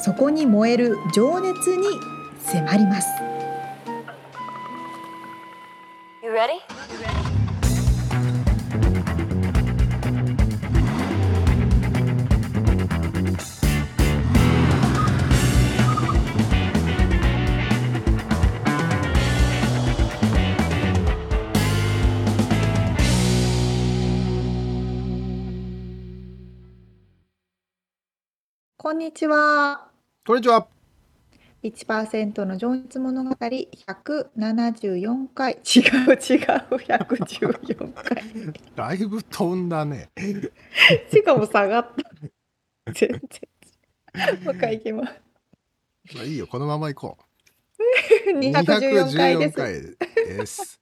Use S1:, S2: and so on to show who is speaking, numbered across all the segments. S1: そこに燃える情熱に迫ります
S2: You ready?
S1: こんにちは
S3: こんにちは。
S1: 1%の情熱物語174回違う違う114回
S3: だいぶ飛んだね。
S1: しかも下がった全然もう一回いきます
S3: まあいいよ、このまま行こう。
S1: 214回です
S3: 214回です。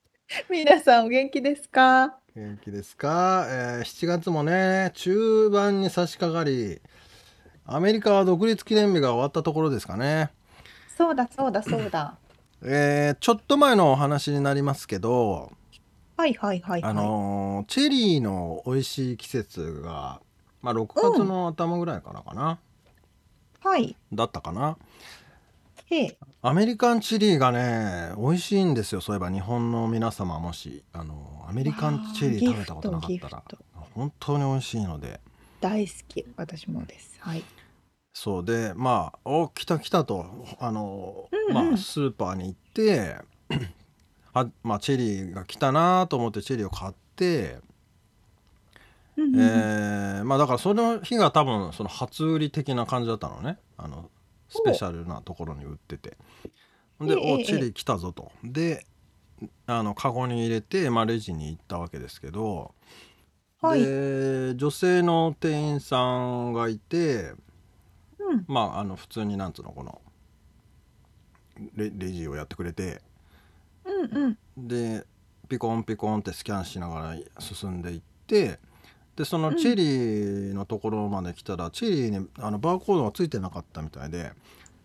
S1: 皆さんお元気ですか
S3: 元気ですか、えー ?7 月もね、中盤に差し掛かり、アメリカは独立記念日が終わったところですかね。
S1: そうだそうだそうだ
S3: えーちょっと前のお話になりますけど、
S1: はいはいはいはい
S3: あのーチェリーの美味しい季節が、まあ、6月の頭ぐらいからかな、
S1: はい
S3: だったかな。
S1: へえ
S3: アメリカンチェリーがね美味しいんですよそういえば日本の皆様もしあのアメリカンチェリー食べたことなかった
S1: わ
S3: ら
S1: あギフトギ
S3: 本当に美味しいので
S1: 大好き私もですはい
S3: そうでまあお来た来たとあの、
S1: うんうん
S3: まあ、スーパーに行って あ、まあ、チェリーが来たなと思ってチェリーを買って、
S1: うんうんうん
S3: えーまあ、だからその日が多分その初売り的な感じだったのねあのスペシャルなところに売ってて
S1: ええ
S3: で、
S1: え
S3: お
S1: え
S3: チェリー来たぞとであのカゴに入れて、まあ、レジに行ったわけですけど、
S1: はい
S3: で女性の店員さんがいて
S1: うん
S3: まああの普通になんつうのこのレレジをやってくれて
S1: うんうん
S3: でピコンピコンってスキャンしながら進んでいってでそのチェリーのところまで来たら、チェリーにあのバーコードがついてなかったみたいで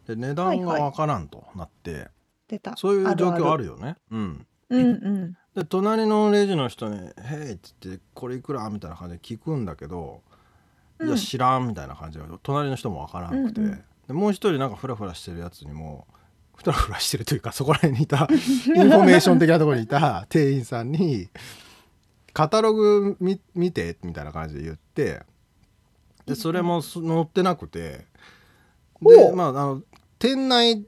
S3: で値段がわからんとなって、
S1: 出た
S3: そういう状況あ
S1: る
S3: るよね。うん
S1: うんうん
S3: で隣のレジの人に「へい」っつって「これいくら?」みたいな感じで聞くんだけど「
S1: うん
S3: いや知らん」みたいな感じで隣の人もわからなくて、
S1: うんうん
S3: でもう一人なんかフラフラしてるやつにもフラフラしてるというかそこら辺にいたインフォメーション的なところにいた店員さんに「カタログ見見て」みたいな感じで言ってでそれもそ載ってなくて
S1: ほ
S3: で
S1: う
S3: まああの店内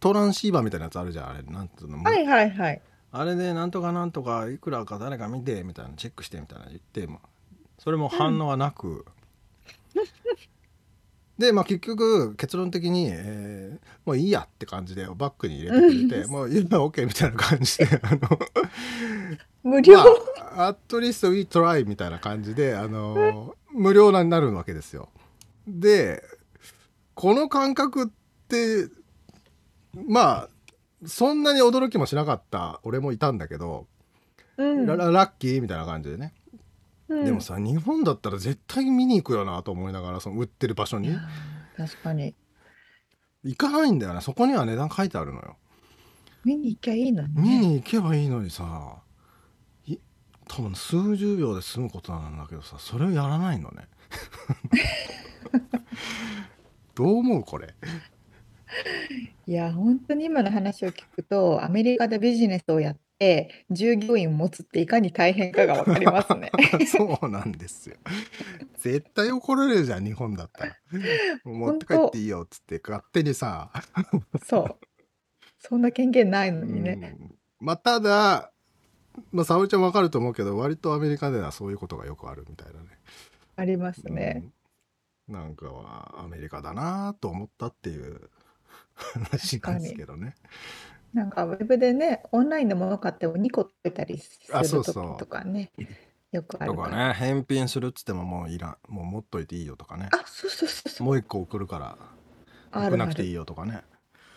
S3: トランシーバーみたいなやつあるじゃんあれなんつうの、
S1: はいはいはい
S3: あれでなんとかなんとかいくらか誰か見てみたいなチェックしてみたいな言ってもそれも反応がなく、で、まあ、結局結論的に、えーもういいやって感じでバッグに入れてくれて、もう今 OK みたいな感じであの、
S1: 無料、
S3: まあ、at least we try みたいな感じであの無料なになるわけですよ。でこの感覚ってまあそんなに驚きもしなかった俺もいたんだけど。
S1: うん
S3: ラララッキーみたいな感じでね、
S1: うん
S3: でもさ日本だったら絶対見に行くよなと思いながらその売ってる場所
S1: い
S3: に
S1: やー確かに
S3: 行かないんだよねそこには値段書いてあるのよ
S1: 見に行きゃいいのに
S3: 見
S1: ね
S3: に行けばいいのにさい多分数十秒で済むことなんだけどさそれをやらないの ねどう思うこれ
S1: いや本当に今の話を聞くとアメリカでビジネスをやって従業員を持つっていかに大変かがわかります ね
S3: そうなんですよ絶対怒られるじゃん日本だ ったら持って帰っていいよっつって勝手にさ
S1: そうそんな権限ないのにね、
S3: うんまあただまあ沙織ちゃんわかると思うけど割とアメリカではそういうことがよくあるみたいなね。
S1: ありますね、
S3: うんなんかはアメリカだなと思ったっていう話なんですけどね。
S1: なんかウェブでねオンラインのもの買っても2個取れたりす
S3: あ
S1: る
S3: そう
S1: と
S3: そう
S1: とかねよくあ
S3: と
S1: るか
S3: からね返品するっつってももういらんもう持っといていいよとかね
S1: あそうそうそうそう
S3: もう一個送るから
S1: あ
S3: 送
S1: る
S3: ら
S1: あ
S3: なくていい
S1: る
S3: よとかね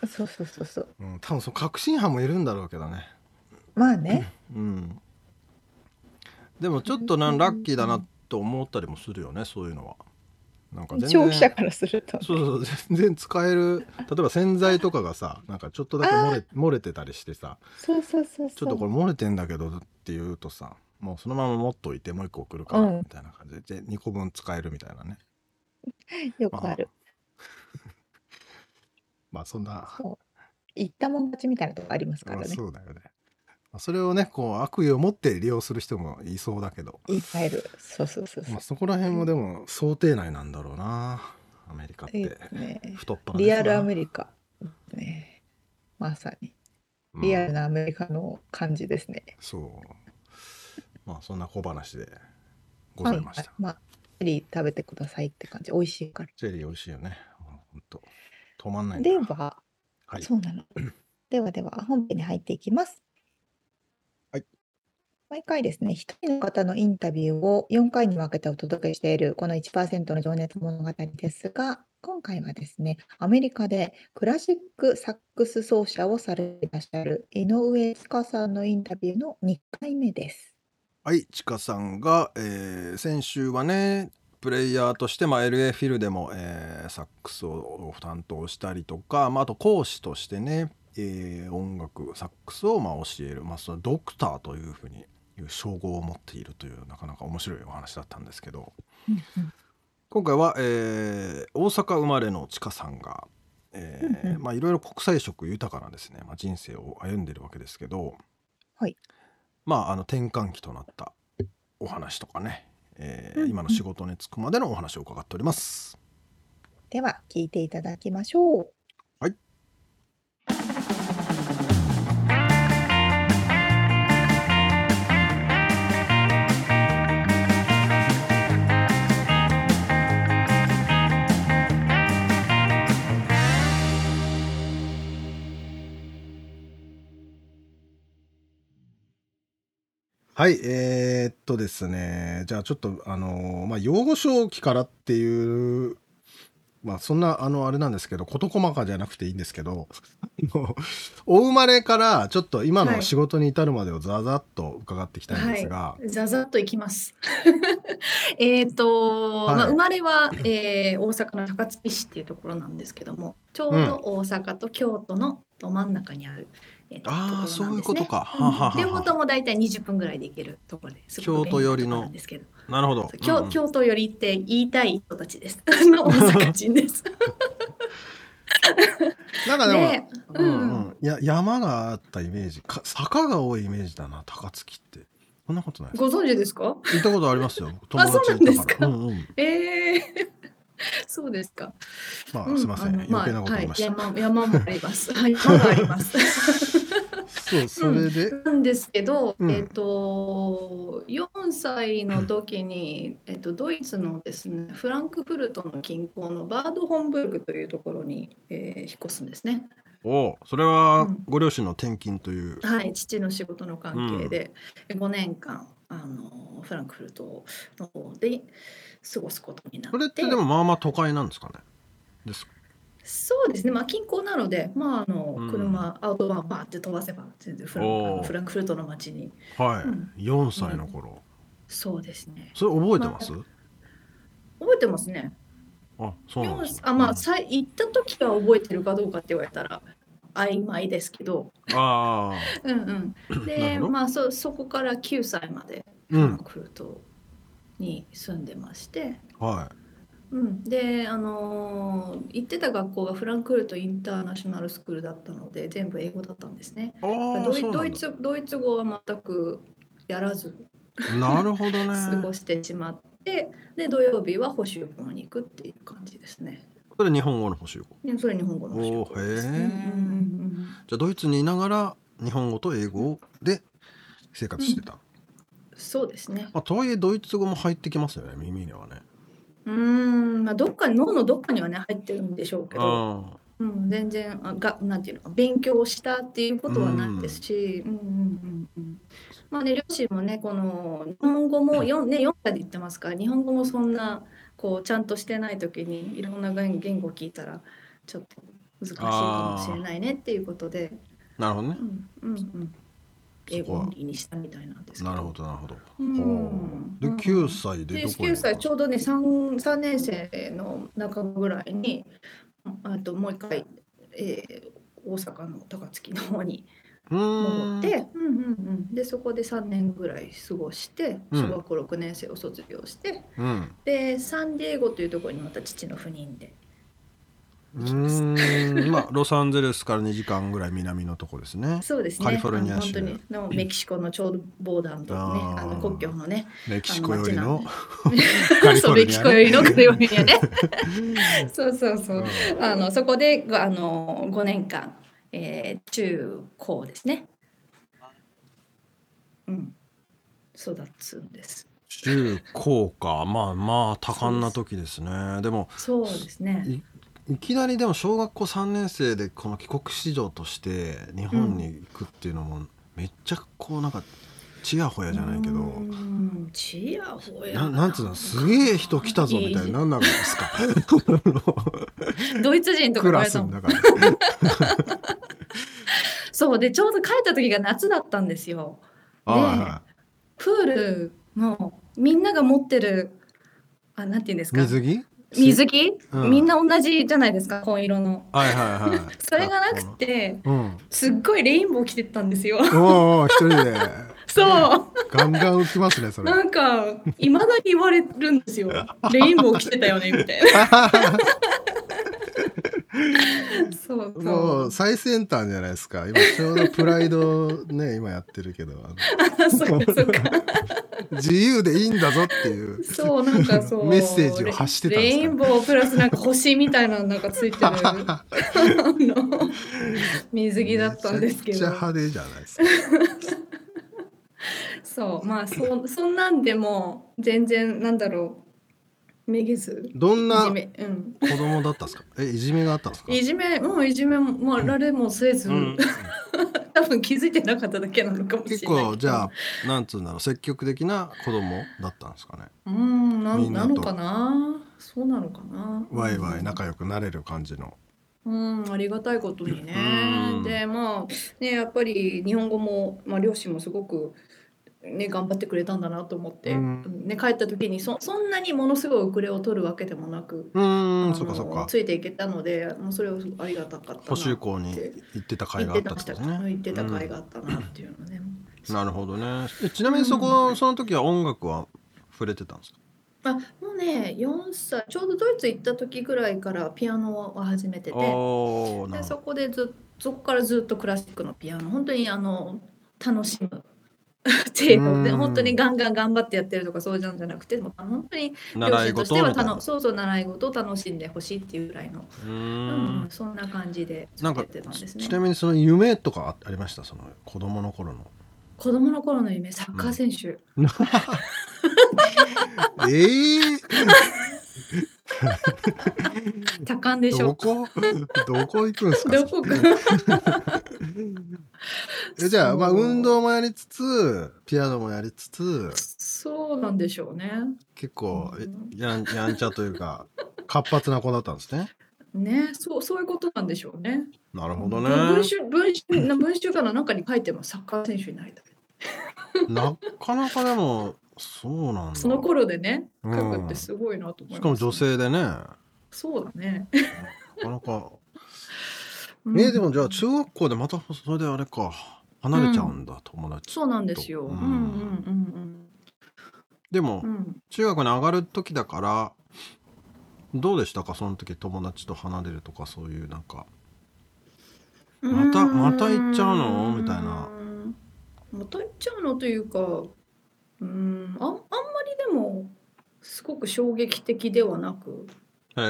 S1: そうそうそうそう
S3: うん、多分その確信犯もいるんだろうけどね
S1: まあね、
S3: うんでもちょっとなんラッキーだなと思ったりもするよねそういうのはなんか全然
S1: 消費者からすると
S3: そうそう全然使える例えば洗剤とかがさなんかちょっとだけ漏れ漏れてたりしてさ
S1: そうそうそうそう
S3: ちょっとこれ漏れてんだけどって言うとさもうそのまま持っといてもう一個送るから
S1: うん
S3: みたいな感じで,、で2個分使えるみたいなね
S1: よくある
S3: まあそんな、
S1: 言ったもん勝ちみたいなとこありますか
S3: ま
S1: ら
S3: あ、
S1: ね
S3: そうだよね、まあ、それをねこう悪意を持って利用する人もいそうだけど、
S1: いっぱいいるそうそうそうそう
S3: まあ、そこら辺もでも想定内なんだろうなアメリカっ
S1: いい
S3: て
S1: ですね
S3: 太っ腹
S1: リアルア
S3: リ
S1: メリカねまさにリアルなアメリカの感じですね、
S3: そうまあそんな小話でございました、
S1: はいまあチェリー食べてくださいって感じ美味しいから
S3: チェリー美味しいよねもうほんと止まんないんだ
S1: では
S3: はい
S1: そう なの。ではでは本編に入っていきます。
S3: はい。
S1: 毎回ですね、一人の方のインタビューを4回に分けてお届けしているこの1%の情熱物語ですが、今回はですね、アメリカでクラシックサックス奏者をされていらっしゃる井上塚さんのインタビューの2回目です。
S3: はい、ちかさんが、えー先週はねプレイヤーとして、まあ、LA フィルでも、えーサックスを担当したりとか、まあ、あと講師としてね、えー音楽サックスをまあ教える、まあ、そのドクターというふうにいう称号を持っているというなかなか面白いお話だったんですけど今回は、えー大阪生まれのちかさんが、えー
S1: うんうん
S3: まあ、いろいろ国際色豊かなですね、まあ、人生を歩んでるわけですけど、
S1: はい
S3: まあ、あの転換期となったお話とかね、え
S1: う
S3: ー
S1: んうん
S3: 今の仕事に就くまでのお話を伺っております。
S1: では聞いていただきましょう。
S3: はい。はい、えーっとですね、じゃあちょっと、あのーまあ、用語正記からっていう、まあ、そんな、あの、あれなんですけど、事細かじゃなくていいんですけど、 あのお生まれから、ちょっと今
S4: は
S3: の
S4: い
S3: 仕事に至るまでをざざっと伺っていきたいんですが、
S4: ざざっといきます。 えっと、
S3: はい
S4: まあ、生まれは、えー大阪の高槻市っていうところなんですけども、ちょうど大阪と京都のど真ん中にある、えーと
S3: ああ、
S4: ところ
S3: そう
S4: なん
S3: いう
S4: ですね
S3: ことか。
S4: うん
S3: ははは
S4: 両方とも大体20分ぐらいで行けるところですごく
S3: 京都寄りの
S4: 便利なところなんですけど、
S3: なるほど。
S4: 京
S3: うんうん
S4: 京都寄りって言いたい人たち です。の大阪人です。
S3: なんかでも、
S4: で、
S3: う
S4: うんん
S3: うん、いや山があったイメージか坂が多いイメージだな高槻ってそんなことない
S4: ご存知ですか？
S3: 行ったことありますよ友
S4: あ
S3: 達
S4: そうなん
S3: い
S4: で
S3: た
S4: す
S3: か
S4: から
S3: うんうん
S4: ええー、そうですか。
S3: ま
S4: う
S3: あすいません、
S4: あの
S3: 余計なこと言いました、
S4: あはい、山山もあります。はい、山もあ ります。
S3: そうそれで、
S4: なんですけど、
S3: うん
S4: えっ、と4歳の時に、えっとドイツのですねフランクフルトの近郊のバードホンブルクというところに、えー引っ越すんですね。
S3: おうそれは
S4: うん
S3: ご両親の転勤という、
S4: はい、父の仕事の関係で、5年間あのフランクフルトの方で過ごすことになって。
S3: それってでもまあまあ都会なんですかねです
S4: そうですね、まあ、近郊なので、まあ、あの
S3: うん
S4: 車、アウトバーンバーって飛ばせば全然フラン
S3: おー
S4: あのフランクフルトの街に
S3: はい、
S4: うん
S3: 4歳の頃
S4: そうですね
S3: それ覚えてます、
S4: 覚えてますね
S3: あそうなんですね
S4: ようあまあさ行った時は覚えてるかどうかって言われたら曖昧ですけど、
S3: あ
S4: うんうん、
S3: なる
S4: で
S3: ほど
S4: まあそそこから9歳まで
S3: ーう
S4: フラン
S3: ん
S4: クフルトに住んでまして、
S3: は
S4: うん、であのー行ってた学校がフランクフルトインターナショナルスクールだったので全部英語だったんですね
S3: いああ
S4: ドイ
S3: そう
S4: ド
S3: なん
S4: イ
S3: だ
S4: ツドイツ語は全くやらず
S3: なるほど
S4: 過ご
S3: ね
S4: してしまってで土曜日は補習校に行くっていう感じですね。
S3: それ日本語の補習校
S4: でそれ日本語の補習校です、
S3: おー
S4: ね
S3: へー
S4: うんうんうん
S3: じゃあドイツにいながら日本語と英語で生活してた、
S4: そうですね。
S3: まあ、とはいえドイツ語も入ってきますよね耳にはね。
S4: うーん、まあどっかに脳のどっかにはね入ってるんでしょうけど、うん、全然あがなんていうの勉強したっていうことはないですし、うんうんうんうん。まあね両親もねこの日本語も四ね四歳で言ってますから日本語もそんなこうちゃんとしてない時にいろんな言言語を聞いたらちょっと難しいかもしれないねっていうことで、
S3: なるほどね
S4: う。んうんうん、英
S3: そこ
S4: 語
S3: は
S4: オンリーにしたみたいなんですけど。
S3: なるほどなるほど。
S4: うん
S3: で9歳で
S4: で
S3: どこに
S4: 9歳ちょうどね 3, 3年生の中ぐらいにあともう一回、えー大阪の高槻の方に
S3: うー
S4: 戻
S3: ん
S4: って、うんうんうん、でそこで3年ぐらい過ごして
S3: うん
S4: 小学校6年生を卒業して、
S3: うん
S4: でサンディエゴというところにまた父の赴任で
S3: うー んまあロサンゼルスから2時間ぐらい南のとこですね
S4: そうですね
S3: カリフォルニア州
S4: あの本当にのメキシコのちょうどボーダーのとこね
S3: あー
S4: あの国境のね
S3: メキシコよりの カリフ
S4: そ
S3: ォ
S4: う
S3: ル
S4: メ
S3: ニア
S4: キ
S3: ね
S4: シコよりのカリフォルニアね そうそうそううんあのそこでごあの5年間、えー中高ですね。うん、育つんです。
S3: 中高かまあまあ多感な時ですねでも
S4: そうですね。
S3: いいきなりでも小学校3年生でこの帰国子女として日本に行くっていうのもめっちゃこうなんかちやほやじゃないけ
S4: う
S3: ど
S4: ーんちやほや
S3: ななんつうのすげえ人来たぞみたいになんなかったですか
S4: ドイツ人とか
S5: ク
S4: 言わ
S5: ラ
S4: れ
S5: ス
S4: た
S5: の
S4: もん
S5: 中 で
S4: そうでちょうど帰った時が夏だったんですよ。
S3: あはいは
S4: プールのみんなが持ってるあなんていうんです
S3: い
S4: か
S3: 水着
S4: 水着、
S3: うん
S4: みんな同じじゃないですか紺色の。
S3: はいはいはい
S4: それがなくて。
S3: うん
S4: すっごいレインボー着てったんですよ。
S5: おうおう一人で
S4: そ、
S5: ガンガン浮きますねそうれ
S4: なんか、いまだに言われるんですよ。レインボー着てたよねみたい な。そうそ
S5: も
S4: う
S5: う。最先端じゃないですか今ちょうどプライドね今やってるけどあの
S4: そうかそうか。
S5: 自由でいいんだぞっていう
S4: そう、なんかそう。
S5: メッセージを発してたんですか
S4: レインボープラスなんか星みたいなのなんかつ いてる。あの水着だったんですけ
S5: めちゃ
S4: ど
S5: くちゃ。派手じゃないですか
S4: そう、まあ、そ、そんなんでも、全然、なんだろう。めげず。
S5: どん
S4: い
S5: な
S4: じめ、うん。
S3: 子供だったんですかえいじめがあったんですか
S4: いじめ、もういじめも、まあ、られもせず、多分気づいてなかっただけなのかもしれな
S3: 結
S4: いけど。
S3: 構じゃあなんつうんだろう積極的な子供だったんですかね
S4: うん、な
S3: みん
S4: ん
S3: な
S4: な
S3: と
S4: のかな。そうなのかな。
S3: ワイワイ
S4: な。
S3: 仲良くなれる感じの
S4: うん、ありがたいことにね
S3: うん。
S4: で、まあ、ね、やっぱり日本語も、まあ、両親もすごく。ね、頑張ってくれたんだなと思って、
S3: うん
S4: ね、帰った時にそそんなにものすごい遅れを取るわけでもなく、
S3: うー
S4: あ
S3: ん
S4: の
S3: そっかそっか
S4: ついていけたのでもうそれをすごいありがたかったな
S3: 補修校に行ってた甲斐
S4: 行
S3: が
S4: っ
S3: あってた
S4: た
S3: ってこと
S4: 甲
S3: ね
S4: 斐行ってた甲斐があったなっていうのね、
S3: うんなるほどねえちなみにそこその時は音楽は触れてたんですか
S4: あもうね4歳ちょうどドイツ行った時ぐらいからピアノを始めてて
S3: おーな
S4: で
S3: るほ
S4: そ
S3: ど
S4: こでずそこからずっとクラシックのピアノ本当にあの楽しむっていう
S3: うん
S4: で本当にガンガン頑張ってやってるとかそうじゃんじゃなくてもう本当に
S3: 習い
S4: とし
S3: 事
S4: ては
S3: みたいな
S4: 楽そうそう習い事を楽しんでほしいっていうぐらいの、
S3: うー
S4: うん
S3: ん
S4: そんな感じで
S3: な
S4: 作
S3: んか
S4: ってたんですね
S3: ちなみにその夢とかあありましたその子供の 頃の
S4: 子供の頃の夢サッカー選手、
S5: ええ
S4: 多んでし
S5: ど
S4: ょ
S5: こどこ行くんですか
S4: どこか
S5: えじゃあまあ
S4: そう
S5: 運動もやりつつピアノもやりつつ
S4: そうなんでしょうね
S5: 結構え
S3: やんやんちゃというか
S5: 活発な子だったんですね
S4: ねそうそういうことなんでしょうね
S3: なるほどね
S4: 文集文集な文集かの中に書いてもサッカー選手になりたい。
S3: なかなかでもそうなんだ
S4: その頃でね、
S3: う
S4: 書
S3: ん
S4: くってすごいなと思います、
S3: しかも女。性でね
S4: そうだね。
S3: なかなか
S4: うん
S3: えーでもじゃあ中学校でまたそれであれか離れちゃうんだ、友達
S4: そうなんですよ。
S3: う
S4: うんんうんうん
S3: でも、
S4: うんうん。
S3: 中学に上がる時だからどうでしたかその時友達と離れるとかそういうなんかまたまた行っちゃうのみたいな。
S4: また行っちゃうのというか、うんあんあんまりでもすごく衝撃的ではなく、
S3: え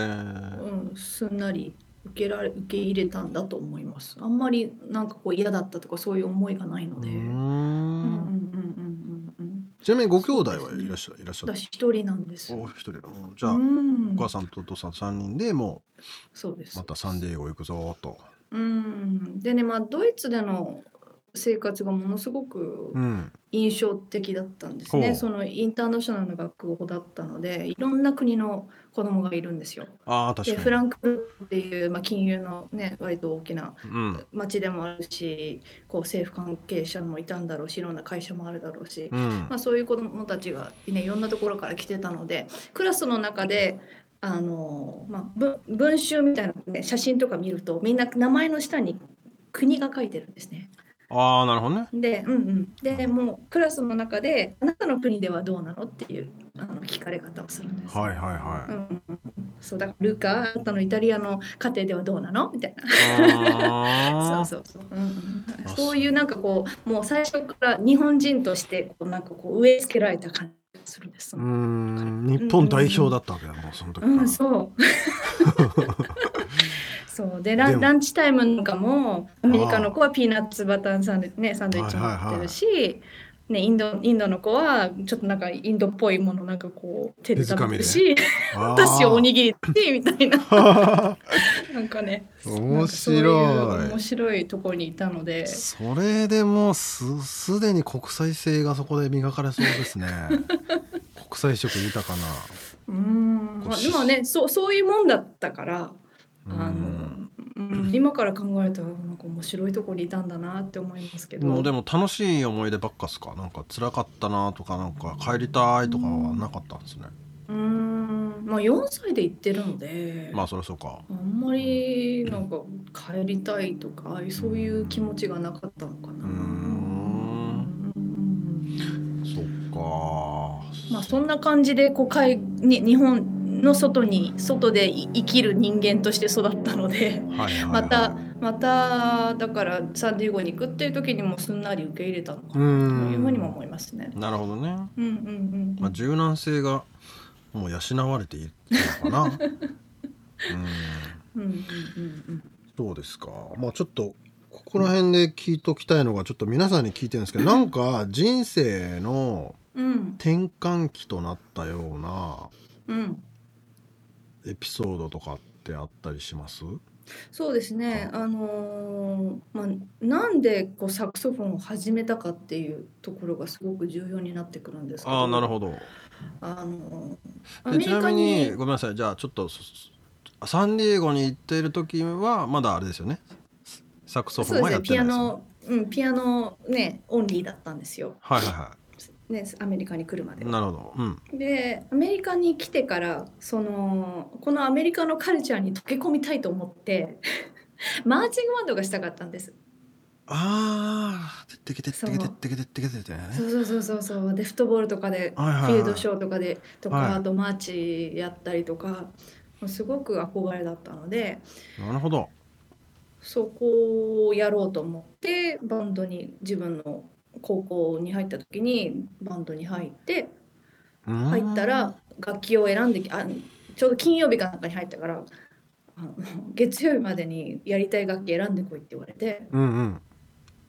S4: うん、すんなり受けられ受け入れたんだと思います。あんまりなんかこう嫌だったとかそういう思いがないの
S3: う
S4: で。うんうんうん
S3: ん
S4: うんうんうん。
S3: ちなみにご兄弟はいらっしゃいらっしゃっ
S4: 私一人なんです。
S3: たお一人うんじゃあ、
S4: うん
S3: お母さんとお父さん3人でも
S4: そうです。
S3: うまたサンディエゴ行くぞーと
S4: うん。でね、まあドイツでの生活がものすごく
S3: うん
S4: 印象的だったんですね。
S3: ほう
S4: そのインターナショナルの学校だったので、いろんな国の子供がいるんですよ。
S3: ああ確
S4: で
S3: かに
S4: フランクフルトっていう、まあ、金融のね割と大きな
S3: うん
S4: 町でもあるし、こう政府関係者もいたんだろうし、いろんな会社もあるだろうし、
S3: うん
S4: まあ、そういう子どもたちが、ね、いろんなところから来てたのでクラスの中であの、まあ、文文集みたいな、ね、写真とか見るとみんな名前の下に国が書いてるんですね。
S3: ああなるほどね
S4: で,、うんうん、でもうクラスの中で「あなたの国ではどうなの?」っていうあの聞かれ方をするんです。
S3: はいはいは
S4: う
S3: い
S4: んうんうん、そうだからルカあなたのイタリアの家庭ではどうなのみたいなそ
S3: あ
S4: う
S3: ー
S4: そうそう、うんうん
S3: あ
S4: そういうなんかこうもう最初から日本人としてこうなんかこう植え付けられた感じがするんです
S3: うーん日本代表だったわけだもうその時か
S4: うん、
S3: ら
S4: そう。そうでラ
S3: で
S4: ン
S3: も
S4: ランチタイムなんかもアメリカの子はピーナッツバターサンド,、ね、サンドイッチも
S3: はいはいはい
S4: 持ってるし、ね、インドインドの子はちょっとなんかインドっぽいものなんかこう手で食べてるし、
S3: あー
S4: 私をおにぎりってみたいな なんかねなん
S3: 面
S4: かそういう
S3: 白い
S4: 面白いところにいたので
S3: それでもうすすでに国際性がそこで磨かれそうです ね国際色豊か
S4: うーん、まあ、でもねそうそういうもんだったから
S3: な
S4: あの
S3: ん、
S4: うん今から考えたらなんか面白いところにいたんだなって思いますけど。
S3: もうでも楽しい思い出ばっかっすかなんか辛かったなとかなんか帰りたいとかはなかったんですね、
S4: うーんまあ4歳で行ってるので、
S3: まあそりゃそうか
S4: あんまりなんか帰りたいとかそういう気持ちがなかったのかな。
S3: うーん
S4: うん
S3: そっか
S4: まあそんな感じでこう海に日本の外に外でい生きる人間として育ったので。
S3: はいはいはい
S4: またまただからサンディエゴに行くっていう時にもすんなり受け入れたのか
S3: う
S4: なというふうにも
S3: ん
S4: 思いますね。
S3: なるほどね、
S4: うんうんうんうん
S3: まあ、柔軟性がもう養われているのかなう ん
S4: うんうんうんうん
S3: そうですか。まあちょっとここら辺で聞いときたいのがちょっと皆さんに聞いてるんです けど、なんか人生の
S4: うん
S3: 転換期となったような
S4: うん
S3: エピソードとかってあったりします？
S4: そうですね、あのーまあ、なんでこうサクソフォンを始めたかっていうところがすごく重要になってくるんですけど
S3: ほど。
S4: あのーア
S3: で
S4: メリ
S3: ちな
S4: カ
S3: みに
S4: に
S3: ごめんなさい。じゃあちょっとそそサンディエゴに行っている時はまだあれですよね。サクソフ
S4: そ
S3: ォン
S4: うで
S3: は
S4: す
S3: や
S4: ね
S3: って
S4: ピ
S3: な
S4: ア
S3: いですよね。
S4: ノ、うん、ピアノねオンリーだったんですよ、
S3: はいはいは
S4: ね、アメリカに来るまで
S3: い。。なるほど。うん。
S4: でアメリカに来てからそのこのアメリカのカルチャーに溶け込みたいと思って マーチングバンドがしたかったんです。
S3: ああ、てってけてってけてってけてってけてってね。
S4: そうそうそうそうそうでフットボールとかで
S3: はいはいは
S4: フ
S3: い
S4: ィールドショーとかでとか、
S3: はい
S4: あとマーチやったりとかもうすごく憧れだったので
S3: なるほど。
S4: そこをやろうと思ってバンドに自分の高校に入った時にバンドに入って
S3: 入
S4: 入った。ら楽器を選んできあちょうど金曜日かなんかに入ったからあの月曜日までにやりたい楽器選んでこいって言われて
S3: うんうん。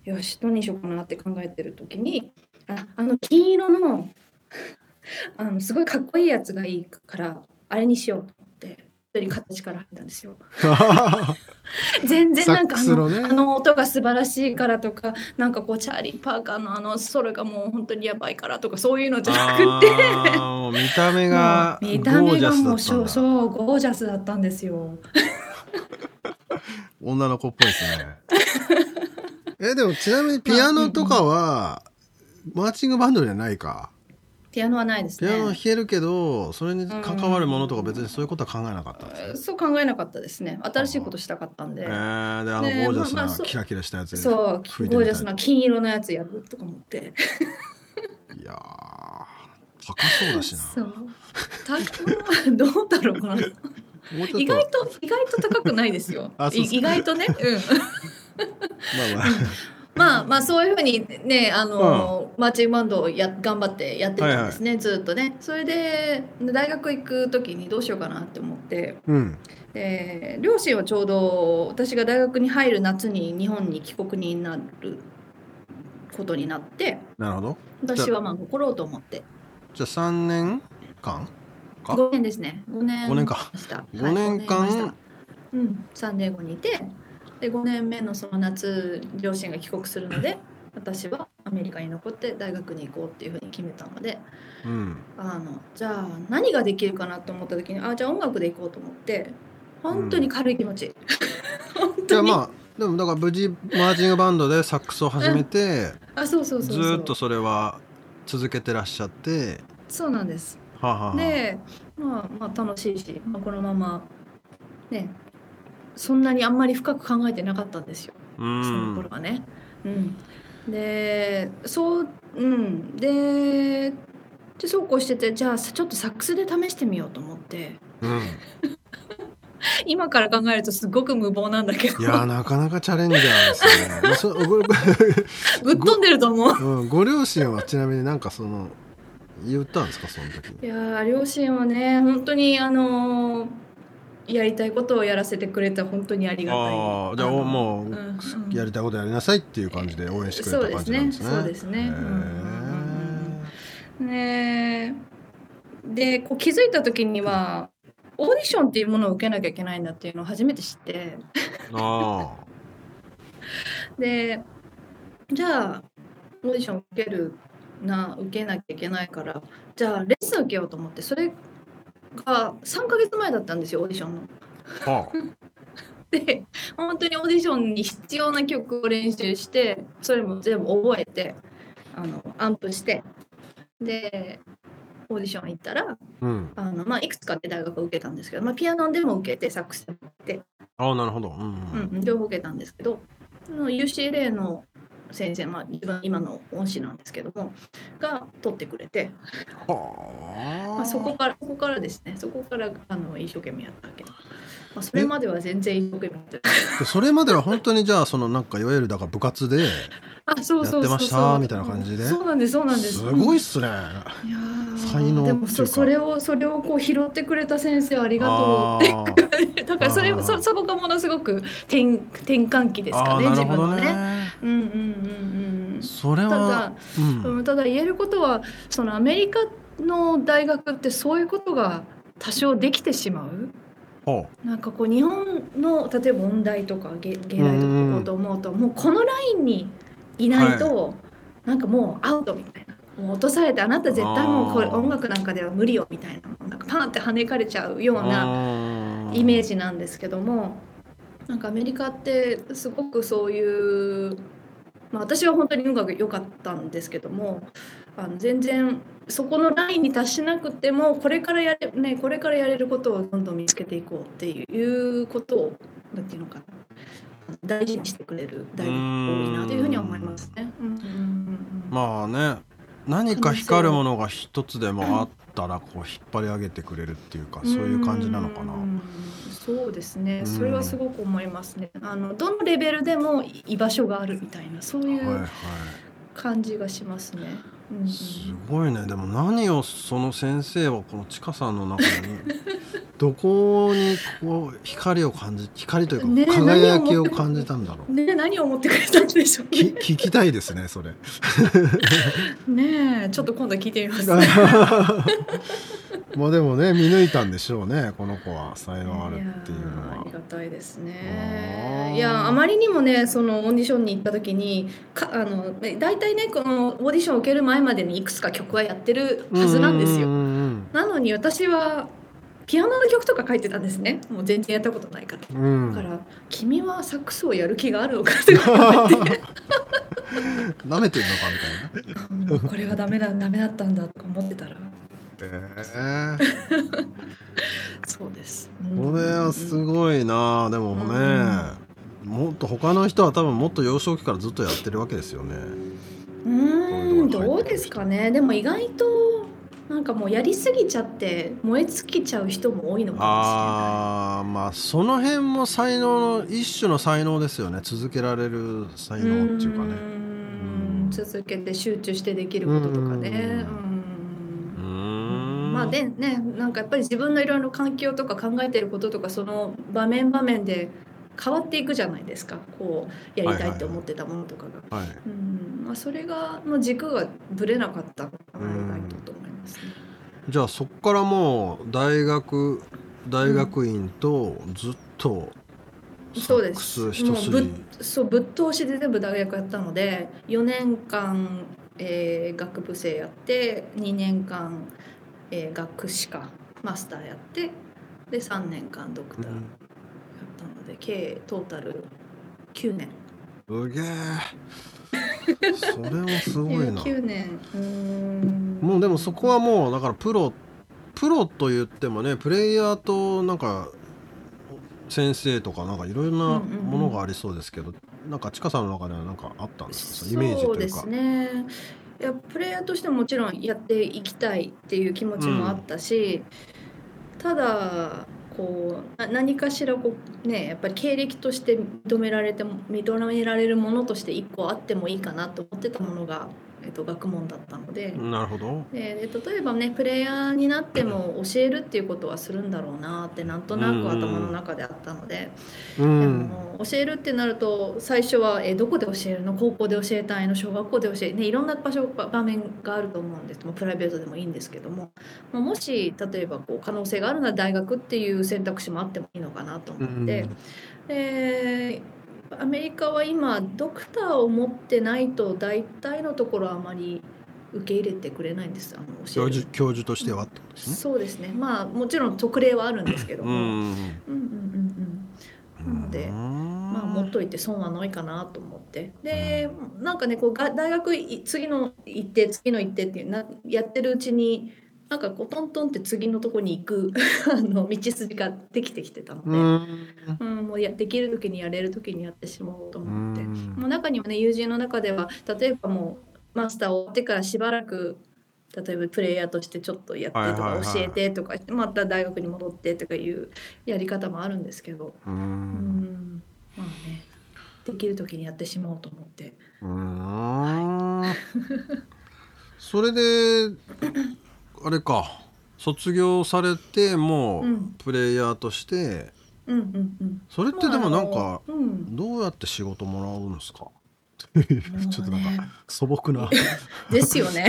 S4: よし何にしようかなって考えてる時にああの金色の あのすごいかっこいいやつがいいからあれにしようと思って一人形から入ったんですよ。全然なんかあ
S3: サックスの
S4: の,、
S3: ね
S4: あの音が素晴らしいからとかなんかこうチャーリー・パーカーのあのソロがもう本当にやばいからとかそういうのじゃなくて。
S3: あーもう見た目が
S4: も
S3: ゴ
S4: う見た
S3: ー
S4: 目
S3: ジ
S4: が
S3: ャスだ
S4: も
S3: っ
S4: う
S3: た
S4: そ
S3: ん
S4: う
S3: だ
S4: そうゴージャスだったんですよ。
S3: 女の子っぽいですねえでもちなみにピアノとかはマーチングバンドじゃないか
S4: ピアノはないです
S3: ピアノ弾
S4: ね。
S3: けるけどそれに関わるものとか別にそういうことは考えなかったんですね
S4: そう考えなかったですね。新しいことしたかったん
S3: えー、
S4: で。
S3: であの
S4: ね
S3: ゴージャス
S4: まあまあ
S3: な
S4: そう
S3: キラキラしたやつ
S4: そう
S3: 吹いて
S4: ゴ
S3: み
S4: ー
S3: た
S4: ジ
S3: い
S4: ャスな金色のやつやるとか思って。
S3: いやー高そうだしな
S4: そう。高 どうだろうかな。
S3: もうちょっと
S4: 意外と意外と高くないですよ
S3: あ。そう
S4: い
S3: っすか
S4: 意外とね。うん。
S3: まあまあ
S4: まあまあそういうふうにねあの、マーチングバンドをや頑張ってやってたんですね、ずっとね。それで大学行く時にどうしようかなって思って。
S3: うん
S4: で両親はちょうど私が大学に入る夏に日本に帰国になることになって
S3: なるほど
S4: 私はまあ残ろうと思って
S3: じゃあ3年間あ
S4: 5年ですね5年
S3: 五年か
S4: でした
S3: 5年間、
S4: はい五いましたうんサンデーゴにいてで5年目のその夏両親が帰国するので 私はアメリカに残って大学に行こうっていうふうに決めたので
S3: うん
S4: あのじゃあ何ができるかなと思った時にあじゃあ音楽で行こうと思って本当に軽い気持ち、 本
S3: じゃ
S4: 当
S3: あ
S4: に、
S3: まあでもだから無事マーチングバンドでサックスを始めて、
S4: あ、そうそう
S3: ず
S4: そうそう
S3: ーっとそれは続けてらっしゃって
S4: そうなんです
S3: はあはあはあ
S4: で、まあ、まあ楽しいし、まあ、このままねそんなにあんまり深く考えてなかったんですよ
S3: う
S4: その
S3: ん
S4: 頃はね。うん、でそう、うん、ででそうこうしててじゃあちょっとサックスで試してみようと思って
S3: うん
S4: 今から考えるとすごく無謀なんだけど
S3: いや ーなかなかチャレンジャーですねまあそ ご
S4: ぶっ飛んでると思う。
S3: うん、ご両親はちなみになんかその言ったんですかその時
S4: いやー両親はね本当にあのーやりたいことをやらせてくれて本当にありがたい。
S3: ああじゃあ
S4: の
S3: も
S4: う
S3: うん
S4: うん
S3: やりたいことやりなさいっていう感じで応援してくれた感じなんですね。
S4: そうですねそうですねうんうんうんねえでこう気づいた時にはオーディションっていうものを受けなきゃいけないんだっていうのを初めて知って
S3: へーああ
S4: でじゃあオーディション受けるな受けなきゃいけないからじゃあレッスン受けようと思ってそれが3ヶ月前だったんですよオーディションの。
S3: は
S4: で本当にオーディションに必要な曲を練習してそれも全部覚えてあのアンプしてでオーディション行ったら
S3: あ、うん、
S4: あのまあ、いくつかで大学を受けたんですけど、まあ、ピアノでも受けてサックスでも受けて、
S3: ああなるほど、うんう
S4: うん
S3: ん
S4: うん、両方受けたんですけどその UCLA の先生、まあ、自分今の恩師なんですけどもが取ってくれて、
S3: は
S4: まあ、そこからそこからですねそこからあの一生懸命やったわけで、まあ、それまでは全然一生懸命やってない
S3: でそれまでは本当にじゃあそのなんかいわゆるだから部活で
S4: あそうそうそうそ
S3: やって
S4: う
S3: ましたみたいな感じで
S4: そうなんですそうなんです
S3: すごいっすね。あ
S4: いやー
S3: 才能
S4: でも
S3: ってい
S4: そう
S3: か
S4: それをそれをこう拾ってくれた先生ありがとう
S3: あー
S4: だからそれ
S3: あー
S4: そそこがものすごく転転換期です
S3: あ
S4: か
S3: ー
S4: ね
S3: な
S4: 自
S3: る
S4: 分
S3: ほど
S4: のね。
S3: ね。
S4: うんうんうん
S3: それ
S4: うん。た
S3: は
S4: だ、
S3: う
S4: うんん、ただ言えることはそのアメリカの大学ってそういうことが多少できてしまう。
S3: は
S4: なんかこう日本の例えば音大とか芸芸大と
S3: うんう
S4: か
S3: ん
S4: 行こうと思うともうこのラインにいないと、なんかもうアウトみたいな。もう落とされてあなた絶対もうこれ
S3: あー
S4: 音楽なんかでは無理よみたいななんかパンって跳ねかれちゃうよう
S3: あ
S4: な
S3: あ
S4: イメージなんですけどもなんかアメリカってすごくそういう、まあ、私は本当に運が良かったんですけどもあの全然そこのラインに達しなくてもこれからやれ,、ね、これからやれることをどんどん見つけていこうっていうことをなんていうのかな大事にしてくれる大学が多いなというふうには思いますね。うんうんうんうん
S3: まあね何か光るものが一つでもあったらこう引っ張り上げてくれるっていうかそういう感じなのかな。
S4: うんそうです
S3: う
S4: ね
S3: ん
S4: それはすごく思いますねあのどのレベルでも居場所があるみたいなそうい
S3: はいは
S4: う感じがしますね、うんうん
S3: い、すごいねでも何をその先生はこのちかさんの 中にどこにこう光を感じ光とい
S4: ね
S3: うか輝きを感じたんだろう、
S4: ね何を思ってくれたんでしょう
S3: き
S4: ね
S3: 聞きたいですねそ れ
S4: ねえちょっと今度聞いて みます
S3: まあでもね見抜いたんでしょうねこの子は才能あるっていうの
S4: いやーあ
S3: は
S4: りがたいです
S3: あ
S4: ね
S3: ー
S4: いやあまりにもねそのオーディションに行った時にかあの大体ねこのオーディションを受ける前までにいくつか曲はやってるはずなんですよ
S3: ううん
S4: なのに私はピアノの曲とか書いてたんですねもう全然やったことないから。
S3: うんうん
S4: だ
S3: う
S4: か
S3: ん
S4: ら「君はサックスをやる気があるのか」とか言われて
S3: 舐めてんのかみたいな
S4: うんこれはダメだダメだったんだとか思ってたら
S3: え
S4: そうです。
S3: えこれはす
S4: い
S3: ごいなでもね、もっと他の人は多分もっと幼少期からずっとやってるわけですよね
S4: うーんどうですかねでも意外となんかもうやりすぎちゃって燃え尽きちゃう人も多いのかも
S3: あーまあその辺も才能の一種の才能ですよね続けられる才
S4: しれない。
S3: 能っていうかね
S4: ーん
S3: うん
S4: 続けて集中してできることとかね。
S3: うん
S4: うん
S3: うーん
S4: まあでねなんかやっぱり自分のいろいろ環境とか考えてることとかその場面場面で変わっていくじゃないですかこうやりたいって思ってたものとかが、
S3: はい
S4: うんまあ、それがの軸がぶれなかったのかな
S3: うん
S4: 意外とと思いますね。
S3: じゃあそこからもう大学大学院とずっと
S4: そうで
S3: サ
S4: す。
S3: ックス一
S4: もう
S3: 筋
S4: ぶっそうぶっ通しで全部大学やったので4年間、えー学部生やって2年間、えー学士かマスターやってで3年間ドクターやったので、計トータル9年。
S3: すげえそれはす ごいな
S4: 9年うーん
S3: もうでもそこはもうだからプロプロと言ってもねプレイヤーとなんか先生とかなんかいろいろな
S4: うんうんうん
S3: ものがありそうですけど、なんかちかさんの中ではなんかあったんですかそのイメージ
S4: そう
S3: とい
S4: で
S3: うか
S4: すねいやプレイヤーとしてももちろんやっていきたいっていう気持ちもあったし、ただこうな何かしらこうねやっぱり経歴として認められても認められるものとして一個あってもいいかなと思ってたものが、えっと、学問だったので。
S3: なるほど
S4: でで例えばねプレイヤーになっても教えるっていうことはするんだろうなってなんとな
S3: うんう
S4: く
S3: ん
S4: 頭の中であったので、
S3: う
S4: で
S3: ん
S4: も教えるってなると最初は、えーどこで教えるの高校で教えたいの小学校で教えねいろんな場所ば場面があると思うんですもうプライベートでもいいんですけどももうもし例えばこう可能性があるなら大学っていう選択肢もあってもいいのかなと思って、でアメリカは今ドクターを持ってないと大体のところはあまり受け入れてくれないんですあの教
S3: 教
S4: える
S3: 授教授としてはってことですね
S4: そうですねまあもちろん特例はあるんですけど
S3: う
S4: も、
S3: ん
S4: うんうんうんうんなのでまあ、持っといて損はないかなと思ってでなんかねこうが大学い次の行って次の行ってっていうなやってるうちになんかこうトントンって次のとこに行く あの道筋ができてきてたので、
S3: う
S4: うん
S3: ん
S4: もうやできる時にやれる時にやってしまおうと
S3: う
S4: 思って、
S3: ん
S4: もう中にはね友人の中では例えばもうマスター終わってからしばらく例えばプレイヤーとしてちょっとやってと
S3: はいはい
S4: か
S3: はい
S4: 教えてとか、また大学に戻ってとかいうやり方もあるんですけど。
S3: う
S4: うんんまあねできる時にやってしまおうと思って
S3: うーん それであれか卒業されても
S4: うん
S3: うプレイヤーとして、
S4: うんうんうん
S3: それってでもなんか
S4: あのうん
S3: どうやって仕事もらうんですか
S4: もうね
S3: ちょっと なんか素朴な
S4: ですよ ね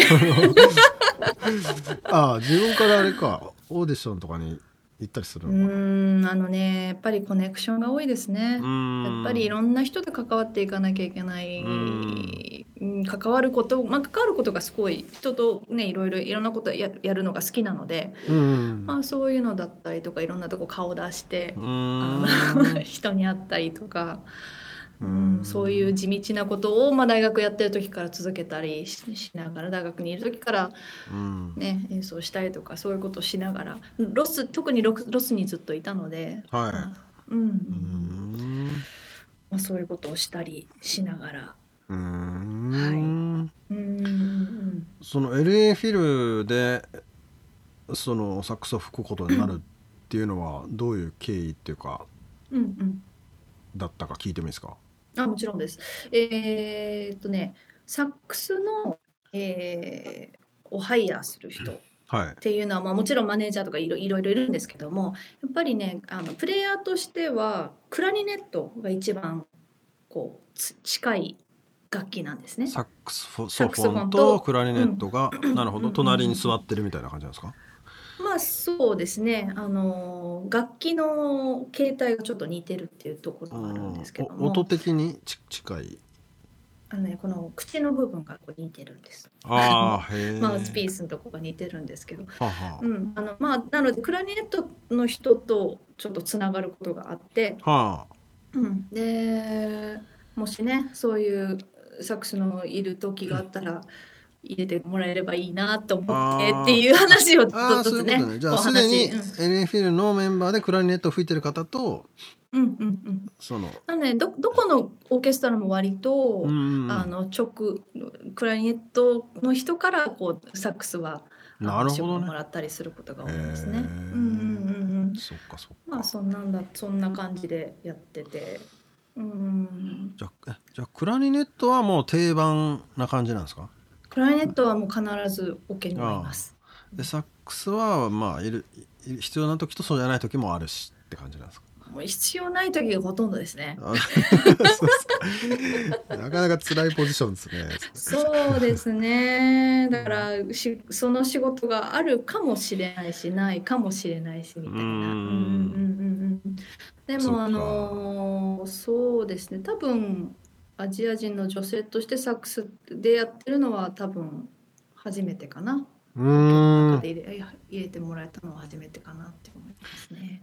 S3: ああ自分からあれかオーディションとかに行ったりす
S4: う
S3: るのか
S4: んあのねやっぱりコネクションが多いですね
S3: な、
S4: やっぱりい
S3: ろ
S4: ろんな人と関わっていかなきゃいけない、
S3: うん
S4: うん関わること、まあ、関わることがすごい人とねいろいろいろんなことややるのが好きなので、
S3: うん
S4: まあ、そういうのだったりとかいろんなとこ顔出して、
S3: う
S4: あ
S3: ーん
S4: の 人に会ったりとか、う
S3: うんん、
S4: そういう地道なことを、まあ、大学やってる時から続けたりししながら大学にいる時から、
S3: うん
S4: ね、演奏したりとかそういうことをしながらロス特にロスロスにずっといたので、
S3: はい
S4: まあうん
S3: うーん
S4: まあ、そういうことをしたりしながら。
S3: うーん
S4: うん
S3: その LA フィルでそのサックスを吹くことになるっていうのはどういう経緯っていうか
S4: うんうん、
S3: だったか聞いてもいいですか
S4: あもちろんです。えーっとねサックスの、えー、をハイヤーする人
S3: はい
S4: っていうのは、まあ、もちろんマネージャーとかいろいろいろいるんですけどもやっぱりねあのプレイヤーとしてはクラリネットが一番こうつ近い楽器なんですね。
S3: サックスフォソ
S4: サックス
S3: フ
S4: フォン
S3: ォンとクラリネットが、なるほ
S4: うん
S3: ど
S4: うんうん
S3: 隣に座ってるみたいな感じなんですか
S4: まあそうですねあの楽器の形態がちょっと似てるっていうところがあるんですけど
S3: お
S4: も
S3: 音的にち近い
S4: あの、ね、この口の部分がこう似てるんです。
S3: ああへえ
S4: マウスピースのとこが似てるんですけど、
S3: はは
S4: うんあのまあ、なのでクラリネットの人とちょっとつながることがあって、
S3: は
S4: うん、でもしねそういう作詞のいる時があったら入れてもらえればいいなと思って
S3: あー
S4: っていう話をち
S3: あ
S4: ょ
S3: あ
S4: っ
S3: そういうこ
S4: とね
S3: とねじゃ
S4: お
S3: あすで
S4: 話
S3: に LA フィルのメンバーでクラリネットを吹いてる方と
S4: うんうんうんうん
S3: その
S4: なのでどどこのオーケストラも割と、
S3: うん
S4: あの直クラリネットの人からこうサックスはあの
S3: なるほ
S4: 仕事
S3: ど
S4: も
S3: ね
S4: らったりすることが多いです
S3: へ
S4: ね。
S3: ー
S4: うんうんうんうん
S3: そっかそっか
S4: まあそんなんだそんな感じでやってて。うん
S3: じゃあえじゃあクラリネットはもう定番な感じなんですか
S4: クラリネットはもう必ずオケになります。
S3: でサックスはまあいるい必要な時とそうじゃない時もあるしって感じなんですか
S4: もう必要ない時がほとんどですね。
S3: あ そうですかなかなか辛いポジションですね
S4: そうです ね。だからしその仕事があるかもしれないしないかもしれないしみたいな。
S3: う
S4: うんんうんうんうんで
S3: そっか
S4: もあのーそうですね多分アジア人の女性としてサックスでやってるのは多分初めてかな、
S3: うーん
S4: で入れ入れてもらえたのは初めてかなって思いますね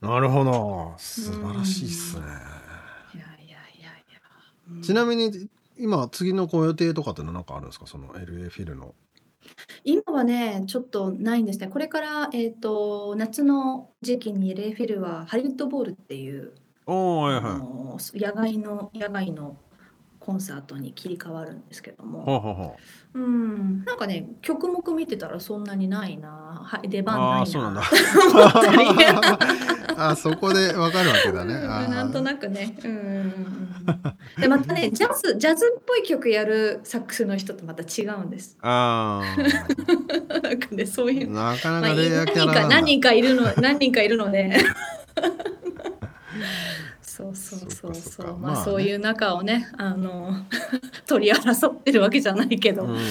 S3: なるほど素晴らしいっすね
S4: いやいやいやいや、うん
S3: ちなみに今次のご予定とかって何かあるんですかその LA フィルの
S4: 今はねちょっとないんですねこれから、えー、と夏の時期にレイフィルはハリウッドボールっていう
S3: おおはい
S4: あの野外の野外のコンサートに切り替わるんですけども、
S3: ほうほうほう
S4: うん、なんかね曲目見てたらそんなにないなはい出番ないな
S3: ああーそうなんだ
S4: だ
S3: あそこでわかるわけだね
S4: うん
S3: あー
S4: なんとなくねうんうんうんでまたねジャズジャズっぽい曲やるサックスの人とまた違うんです
S3: あー
S4: なんかねそういう、
S3: なか
S4: ま
S3: な
S4: あ、
S3: かレア
S4: 何
S3: キャラなんだ、
S4: か何人かいる の何人かいるのでそうそうそ
S3: そっ
S4: う
S3: かそ
S4: そ
S3: っ
S4: う
S3: か
S4: まあ、
S3: まあね
S4: そういう中をねあの 取り争ってるわけじゃないけど、
S3: うん
S4: うん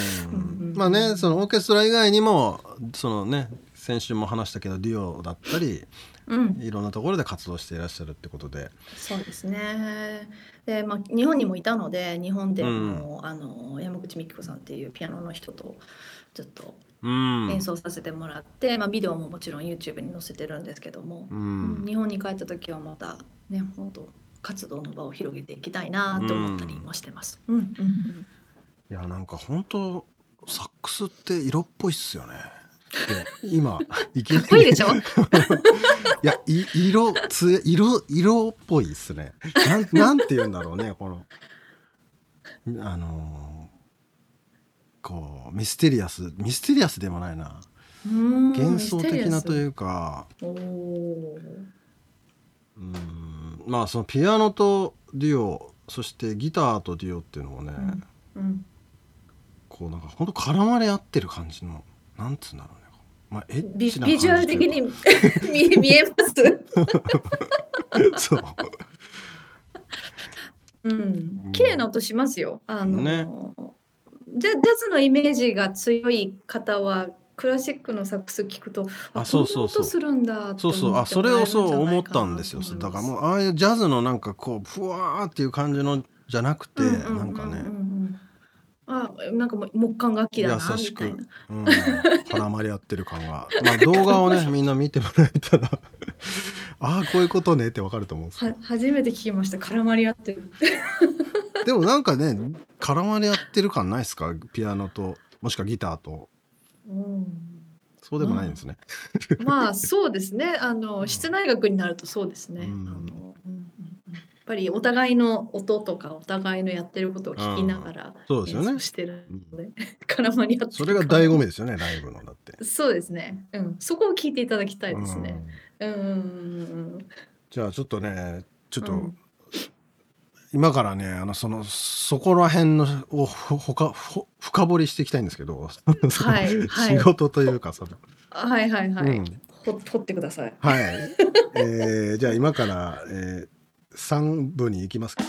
S3: まあねそのオーケストラ以外にもそのね先週も話したけどデュオだったり
S4: うん、
S3: いろんなところで活動していらっしゃるってことで
S4: そうですね。で、まあ、日本にもいたので、日本で
S3: うん
S4: もう、あの、山口美紀子さんっていうピアノの人と。ずっと
S3: うん
S4: 演奏させてもらって、まあ、ビデオももちろん YouTube に載せてるんですけども
S3: う。
S4: うん
S3: ん
S4: 日本に帰った時は、また、ね、本当。活動の場を広げていきたいなと思ったりもしてます。うん、うん、うん。
S3: いやなんか本当サックスって色っぽいっすよねで 今いきな
S4: かっこいいでし ょ
S3: いやい色つ色色っぽいっすねなん なんて言うんだろうねこのあのーこうミステリアスミステリアスでもないな
S4: うん。
S3: 幻想的なといううか
S4: おおー。
S3: うんまあそのピアノとデュオそしてギターとデュオっていうのもね、
S4: んうん。
S3: こうなんかほんと絡まれ合ってる感じのなんつうんだろうね、まあ、エッ
S4: ビ
S3: チな
S4: ビジュアル
S3: 感じ
S4: 的
S3: というか
S4: に 見見えます。
S3: そう
S4: うん、綺麗な音しますよ。あの、
S3: ね
S4: ジャジャズのイメージが強い方はクラシックのサックス聞くと
S3: あそうそうそう
S4: こんな音するんだって
S3: そうそう
S4: 思
S3: あ
S4: って
S3: それ
S4: もら
S3: を
S4: えるん
S3: そ
S4: じゃないうかな
S3: 思ったんですよ
S4: と思い
S3: だから
S4: ます
S3: もうああいうジャズのなんかこうふわーっていう感じのじゃなくて、
S4: うんうんうんうん
S3: なんかね、
S4: あなんかもう木管楽器だな
S3: 優
S4: み
S3: した
S4: い
S3: く
S4: な。
S3: うん、絡まり合ってる感がまあ動画をねみんな見てもらえたら ああこういうことねってわかると思うんですけど
S4: は初めて聞きました絡まり合ってる。
S3: でもなんかね絡まり合ってる感ないですかピアノともしくはギターと
S4: うん
S3: そうでもないんですね、
S4: まあそうですねあの室内楽になるとそうですね。
S3: うん
S4: あのうんうんうんやっぱりお互いの音とかお互いのやってることを聞きながら
S3: そうですよね
S4: 演奏してるので、 絡まり合って
S3: それが醍醐
S4: 味
S3: 味ですよねライブのだって
S4: そうですね、うん、そこを聞いていただきたいですね
S3: うん
S4: うんうんうん
S3: じゃあちょっとねちょっと、
S4: うん
S3: 今からねあのそのそこら辺のをほほかほ深掘りしていきたいんですけど、その
S4: はい はい
S3: 仕事というかその、
S4: うんはいはいはい、
S3: うん
S4: ほ取ってください
S3: はい、えーじゃあ今から、え3部に行きますか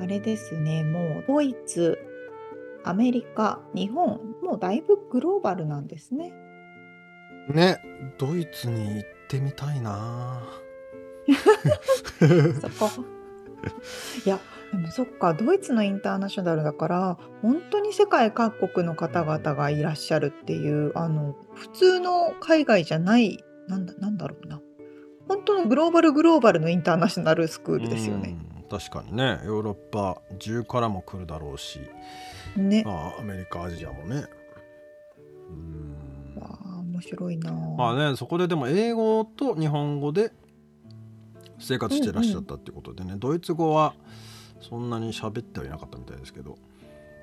S1: あれですね、もうドイツ、アメリカ、日本、もうだいぶグローバルなんですね。
S3: ねドイツに行ってみたいな
S1: そこ。いや、でもそっか、ドイツのインターナショナルだから、本当に世界各国の方々がいらっしゃるっていう、あの、普通の海外じゃない、なんだ、なんだろうな。本当のグローバルグローバルのインターナショナルスクールですよね。
S3: うん確かにねヨーロッパ中からも来るだろうし
S1: ね。
S3: あアメリカアジアもねうん
S1: わあ、面白いなあ。
S3: まあねそこででも英語と日本語で生活してらっしゃったってことでね、ドイツ語はそんなに喋ってはいなかったみたいですけど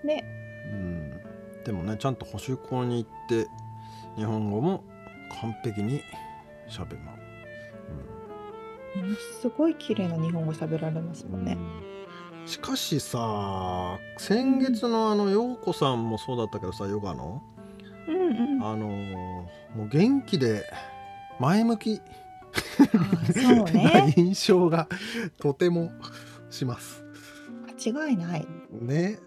S1: ね
S3: うんでもねちゃんと補修校に行って日本語も完璧に喋るな、
S1: ものすごい綺麗な日本語喋られます
S3: う
S1: も
S3: ん
S1: んね。
S3: うんしかしさ先月のあの陽子さんもそうだったけどさヨガの
S1: うんうん。
S3: あのーもう元気で前向き
S1: そう
S3: な
S1: ね。
S3: 印象がとてもします。
S1: 間違いない。
S3: ね。やっ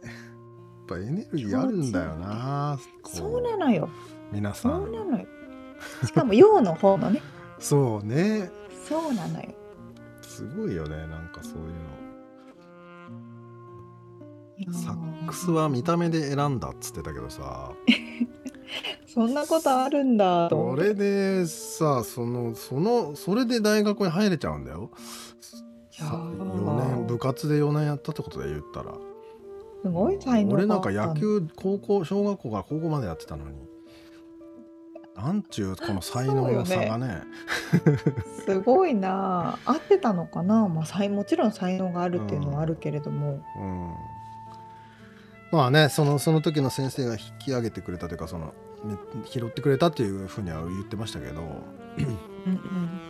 S3: ぱエネルギーあるんだよな。こう
S1: そうなのよ。
S3: 皆さ。
S1: そうんなのよ。しかも陽の方のね。
S3: そうね。
S1: そうなのよ。
S3: すごいよね。なんかそういうの。
S1: いやー
S3: サックスは見た目で選んだっつってたけどさ。
S1: そんなことあるんだと思
S3: そ
S1: って。
S3: れでさ、そのそのそれで大学に入れちゃうんだよ。
S1: いやー
S3: 4年部活で4年やったってことで言ったら。
S1: すごい才能
S3: 俺
S1: が
S3: な
S1: あ
S3: ん
S1: った
S3: か
S1: だ
S3: 野球高校小学校から高校までやってたのになんちゅうこの才能の差がね
S1: すごいなあ合ってたのかな、まあ、才もちろん才能があるっていうのはあるけれども、
S3: うんまあねそのその時の先生が引き上げてくれたというかそのね拾ってくれたっていうふうには言ってましたけど
S1: うんうん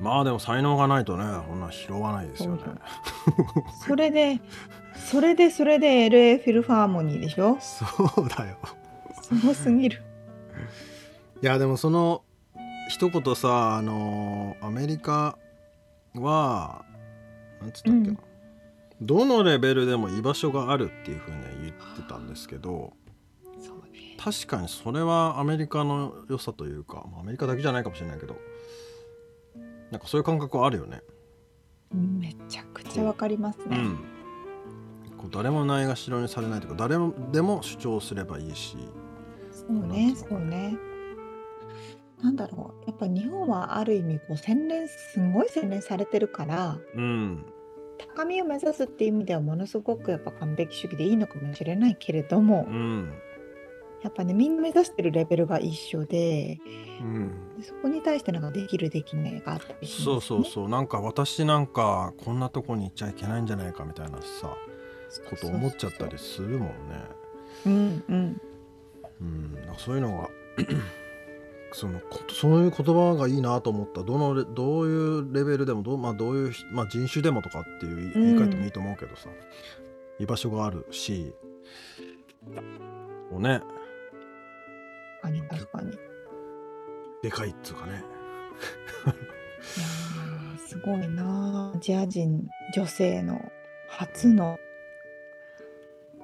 S3: まあでも才能がないとねこんな拾わないですよね
S1: そう それでそれでそれで LA フィルファーモニーでしょ
S3: そうだよ
S1: すごすぎる
S3: いやでもその一言さあのーアメリカはなんつったっけな、
S1: うん
S3: どのレベルでも居場所があるっていうふうには言ってたんですけど
S1: そうね
S3: 確かにそれはアメリカの良さというかまあアメリカだけじゃないかもしれないけどなんかそういう感覚はあるよね。
S1: めちゃくちゃわかりますね、
S3: こう誰もないがしろにされないというか誰もでも主張すればいいし
S1: そうねそうねなんだろうやっぱ日本はある意味こう洗練すごい洗練されてるから
S3: うん
S1: 高みを目指すっていう意味ではものすごくやっぱ完璧主義でいいのかもしれないけれども、
S3: うん
S1: やっぱねみんな目指してるレベルが一緒で
S3: うん
S1: でそこに対してなんかできるできないがあったりします、ね、
S3: そうそうそうなんか私なんかこんなとこに行っちゃいけないんじゃないかみたいなさ
S1: そう
S3: こと思っちゃったりするもんね
S1: うんうん
S3: うんなんかそういうのが そのこそういう言葉がいいなと思ったどのレどういうレベルでもどう,、まあ、どういうひ、まあ、人種でもとかっていう言い言い換えてもいいと思うけどさ、居場所があるしこうね
S1: 確かに確かにいや
S3: でかいっつうかね
S1: ーすごいなあアジア人女性の初の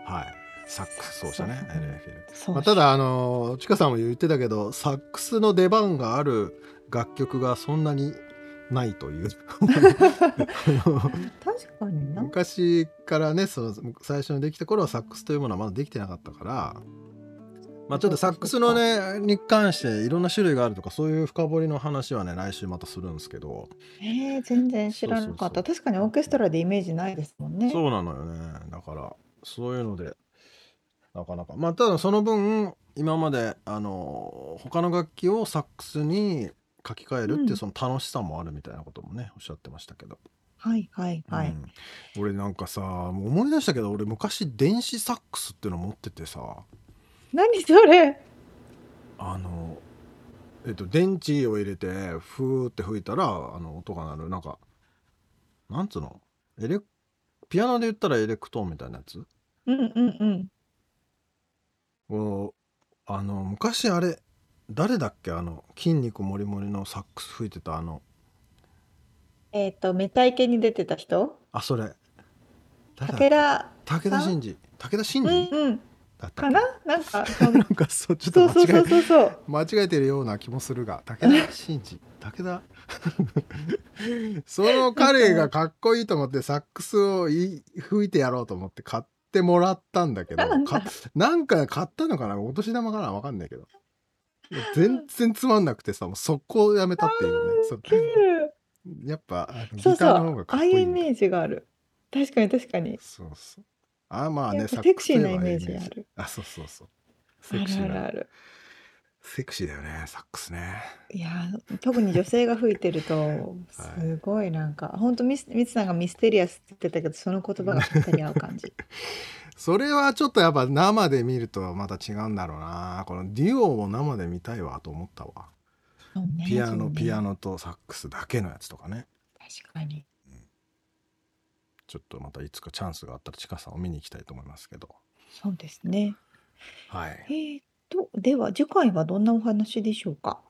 S3: はいサックス奏者ね
S1: そう
S3: LA フィル
S1: そう、
S3: まあ、ただあのちかさんも言ってたけどサックスの出番がある楽曲がそんなにないというあの
S1: 確かにな
S3: 昔からねその最初にできた頃はサックスというものはまだできてなかったから、まあ、ちょっとサックスのねに関していろんな種類があるとかそういう深掘りの話はね来週またするんですけど
S1: えー、全然知らなかった
S3: そうそうそう
S1: 確かにオーケストラでイメージないですもんね
S3: そうなのよねだからそういうのでなかなかまあただその分今まであの他の楽器をサックスに書き換えるっていううんその楽しさもあるみたいなこともねおっしゃってましたけど、
S1: はいはいはい、
S3: うん俺なんかさもう思い出したけど俺昔電子サックスっていうの持っててさ
S1: 何それ
S3: あのえっと電池を入れてふーって吹いたらあの音が鳴るなんかなんつうのエレピアノで言ったらエレクトーンみたいなやつ
S1: うんうんうん
S3: もうあの昔あれ誰だっけあの筋肉もりもりのサックス吹いてたあの
S1: えっ、とメタイケに出てた人
S3: あそれ誰だ
S1: 武田
S3: 武田真治武田真
S1: うん
S3: 治
S1: うん
S3: だった
S1: か
S3: っけ
S1: ななんかそん
S3: なんか そうちょっ
S1: そ
S3: と
S1: うそう
S3: 間
S1: そ
S3: 違
S1: うそうそう
S3: え間違えてるような気もするが武田真治武田 その彼がかっこいいと思ってサックスをい吹いてやろうと思って買ってもらったんだけど
S1: なんだ
S3: かなんか買ったのかなお年玉かなわかんないけど全然つまんなくてさもう速攻やめたっていうねそう
S1: ウケる
S3: やっぱあのギタ
S1: そうそう
S3: ーの方がかっ
S1: ああ
S3: こい
S1: い
S3: いん
S1: う
S3: だ
S1: イメージがある確かに確かに
S3: そうそうあまあ
S1: や
S3: ね
S1: っぱ
S3: サッ
S1: セ
S3: ク
S1: ク
S3: ス
S1: シーな
S3: といえば
S1: イメージ
S3: いい
S1: ある
S3: あそうそうそう
S1: あ
S3: セクシ
S1: るあ
S3: ー
S1: る
S3: な
S1: ある
S3: セクシーだよねサックスね
S1: いやー特に女性が吹いてるとすごいなんか本当ミスミツさんがミステリアスって言ってたけどその言葉がぴったり合う感 じ
S3: それはちょっとやっぱ生で見るとまた違うんだろうなこのデュオを生で見たいわと思ったわ
S1: そうね
S3: ピアノピア
S1: ノ
S3: ノとサックスだけのやつとかね
S1: 確かに
S3: ちょっとまたいつかチャンスがあったら近さんを見に行きたいと思いますけど
S1: そうですね
S3: はい
S1: えー、とでは次回はどんなお話でしょうか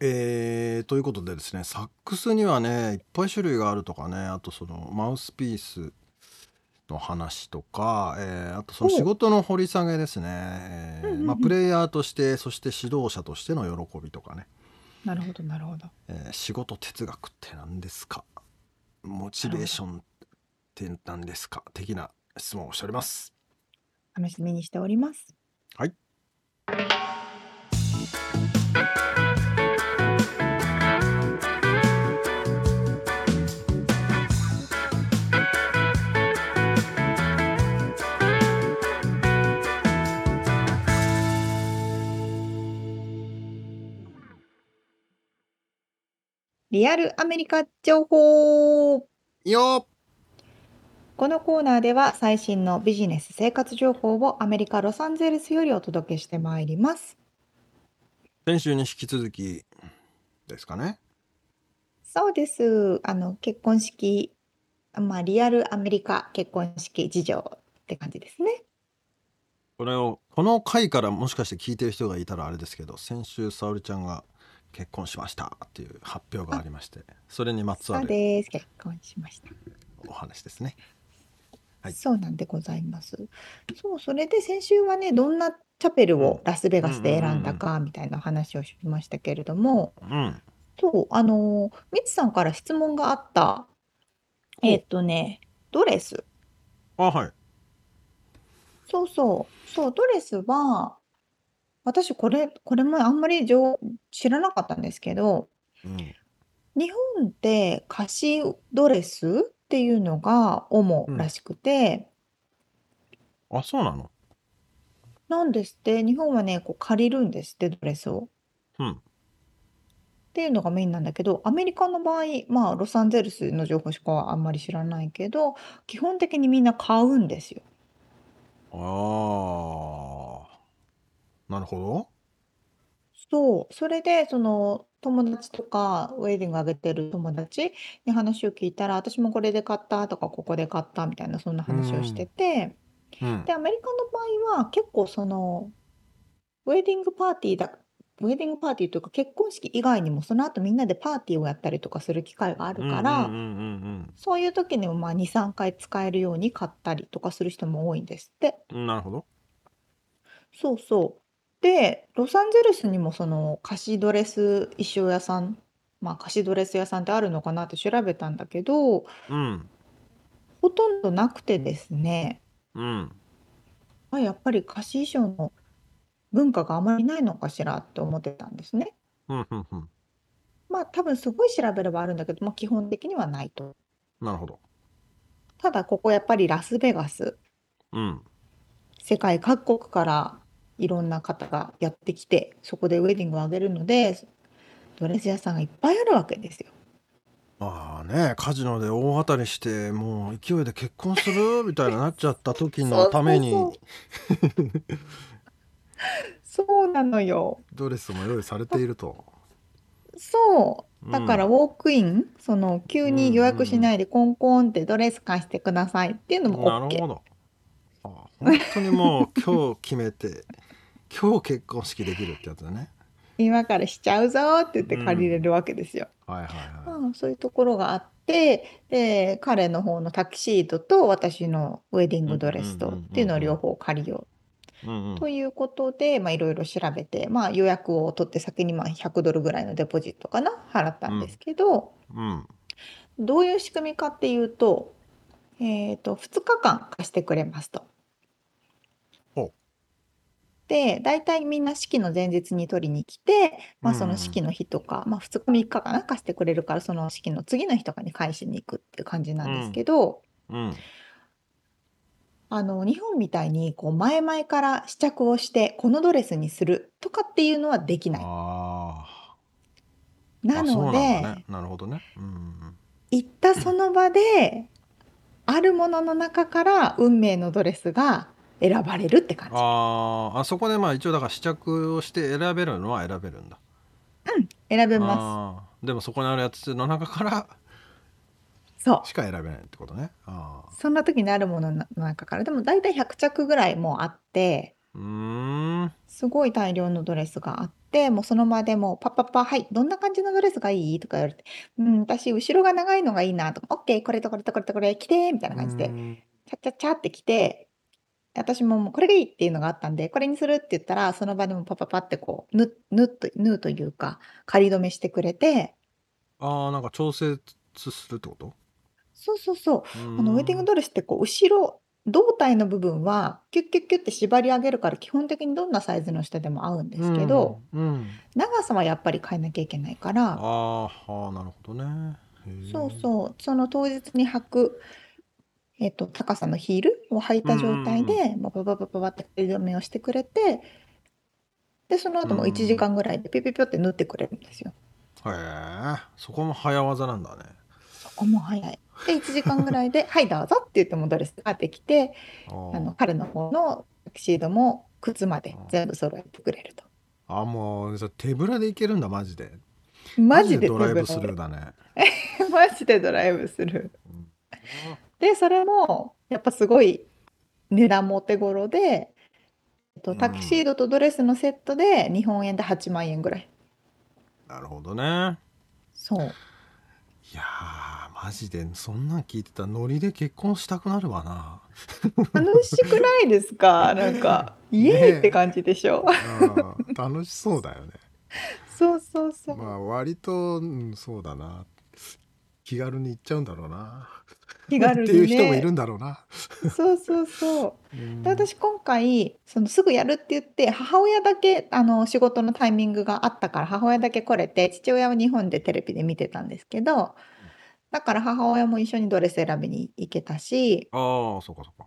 S3: えーということでですねサックスにはねいっぱい種類があるとかねあとそのマウスピースの話とか、えーあとその
S1: おう
S3: 仕事の掘り下げですね、えー
S1: うんうんうん
S3: まあ、プレイヤーとしてそして指導者としての喜びとかね、
S1: なるほどなるほど
S3: えー仕事哲学って何ですかモチベーションって何ですか的な質問をしております。
S1: 楽しみにしております
S3: はい
S1: リアルアメリカ情報
S3: いいよ
S1: このコーナーでは最新のビジネス生活情報をアメリカ・ロサンゼルスよりお届けしてまいります。
S3: 先週に引き続きですかね。
S1: そうです。あの結婚式、まあリアルアメリカ結婚式事情って感じですね。
S3: これをこの回からもしかして聞いてる人がいたらあれですけど先週沙織ちゃんが結婚しましたっていう発表がありましてそれにまつわ
S1: そう
S3: る
S1: です。結婚しました。
S3: お話ですねはい
S1: そうなんでございます。そう、それで先週はね、どんなチャペルをラスベガスで選んだかみたいな話をしましたけれども、
S3: うん
S1: そう、あのー、みつさんから質問があった、えーっとね、ドレス。
S3: あはい
S1: そうそう、そう、ドレスは、私これ、これもあんまり情知らなかったんですけど、
S3: うん
S1: 日本って貸しドレスっていうのが主らしくて、
S3: あそうなの
S1: なんですって、日本はね、こう借りるんですって、ドレスを。
S3: うん
S1: っていうのがメインなんだけど、アメリカの場合、まあ、ロサンゼルスの情報しかあんまり知らないけど、基本的にみんな買うんですよ。
S3: あーなるほ
S1: そう、それでその友達とかウェディングあげてる友達に話を聞いたら私もこれで買ったとかここで買ったみたいなそんな話をしてて
S3: どうん
S1: でアメリカの場合は結構そのウェディングパーティーだウェディングパーティーというか結婚式以外にもその後みんなでパーティーをやったりとかする機会があるから、
S3: うんうんうん
S1: そういう時にもまあ2、3回使えるように買ったりとかする人も多いんですって。
S3: うんうんなるほど
S1: そうそう。で、ロサンゼルスにもその貸しドレス衣装屋さん、まあ貸しドレス屋さんってあるのかなって調べたんだけど、
S3: うん
S1: ほとんどなくてですね、
S3: うん
S1: あ、やっぱり貸し衣装の文化があまりないのかしらって思ってたんですね。
S3: うんうんうん
S1: まあ多分すごい調べればあるんだけど、まあ基本的にはないと。
S3: なるほど
S1: ただここやっぱりラスベガス、
S3: うん
S1: 世界各国からいろんな方がやってきて、そこでウェディングをあげるので、ドレス屋さんがいっぱいあるわけですよ。
S3: まあねカジノで大当たりしてもう勢いで結婚す るみたいになっちゃった時のために
S1: そうそうそうそうなのよ。
S3: ドレスも用意されていると。
S1: そう。だから
S3: う
S1: ウ
S3: ん、
S1: ォークイン、その急に予約しないでコンコンってドレス貸してくださいっていうのも
S3: な
S1: OK。
S3: るほど。あ本当にもう今日決めて 今日結婚式できるってやつだね。
S1: 今からしちゃうぞーって言って借りれるわけですよ。
S3: はいはいはい。
S1: まあ、そういうところがあって、で、彼の方のタキシードと私のウェディングドレス
S3: うん
S1: と
S3: うんうんうん
S1: っていうのを両方借りよ
S3: うんう
S1: うんということで、まあいろいろ調べて、まあ予約を取って先にまあ100ドルぐらいのデポジットかな、払ったんですけど、
S3: うん
S1: どういう仕組みかっていうと、えっと、2日間貸してくれますと
S3: ほう。
S1: で、大体みんな式の前日に取りに来て、まあ、そ
S3: うんう
S1: の
S3: ん
S1: 式の日とか、まあ、2日3日かな、貸してくれるから、その式の次の日とかに返しに行くっていう感じなんですけど、
S3: うん
S1: あの日本みたいにこう前々から試着をしてこのドレスにするとかっていうのはできない。
S3: あー
S1: な
S3: あそう
S1: の
S3: なん
S1: で、
S3: だねなるほどねうんうん
S1: 行ったその場であるものの中から運命のドレスが選ばれるって感じ。
S3: あーあそこでまあ一応だから試着をして選べるのは選べるんだ
S1: 選べま
S3: あーでもそこにあるやつの中から
S1: す。そう。
S3: しか選べないってことねああ
S1: そんな時にあるものの中からでも大体100着ぐらいもうあって
S3: うーん
S1: すごい大量のドレスがあってもうその場でもうパッパッパ「はいどんな感じのドレスがいい?」とか言われて「うん私後ろが長いのがいいな」とか「OK これとこれとこれとこれ着て」みたいな感じでチャチャチャって来て私ももうこれがいいっていうのがあったんでこれにするって言ったらその場でもパパパってこうぬぬっと縫うというか仮止めしてくれて
S3: ああなんか調節するってこと
S1: そうそうそう
S3: あ
S1: あのウェディングドレスってこう後ろ胴体の部分はキュッキュッキュッって縛り上げるから基本的にどんなサイズの人でも合うんですけど、
S3: うんうん
S1: 長さはやっぱり変えなきゃいけないから
S3: あーあーなるほどねへー
S1: そうそうその当日に履く、えっと高さのヒールを履いた状態
S3: うん
S1: でババババババって仮止めをしてくれてでその後も
S3: うん
S1: 1時間ぐらいでピピピョって縫ってくれるんですよ。
S3: へえそこも早技なんだね
S1: そこも早いで1時間ぐらいで「 はいどうぞ」って言ってもドレスができて
S3: あー
S1: あの彼の方のタキシードも靴まで
S3: あー
S1: 全部揃えてくれると。
S3: あもうじゃあ手ぶらでいけるんだマジで
S1: マジで
S3: ドライブスルーだね
S1: マジでドライブする。
S3: うん
S1: で、それもやっぱすごい値段もお手頃で、えっ
S3: う
S1: と、
S3: ん
S1: タキシードとドレスのセットで日本円で8万円ぐらい。
S3: なるほどね
S1: そう。
S3: いやーマジでそんなん聞いてたらノリで結婚したくなる わな
S1: 楽しくないですかなんか、イエーイって感じでし ょ。
S3: うん楽しそうだよね。
S1: そうそうそう。
S3: まあ割と、うんそうだな気軽に行っちゃうんだろうな、
S1: 気
S3: っ
S1: 軽
S3: て
S1: に
S3: いう
S1: ね。
S3: 人もいるんだろうな。
S1: そうそうそう。
S3: うん
S1: で私今回そのすぐやるって言って母親だけあの仕事のタイミングがあったから母親だけ来れて父親は日本でテレビで見てたんですけどだから母親も一緒にドレス選びに行けたし
S3: ああそうかそうか。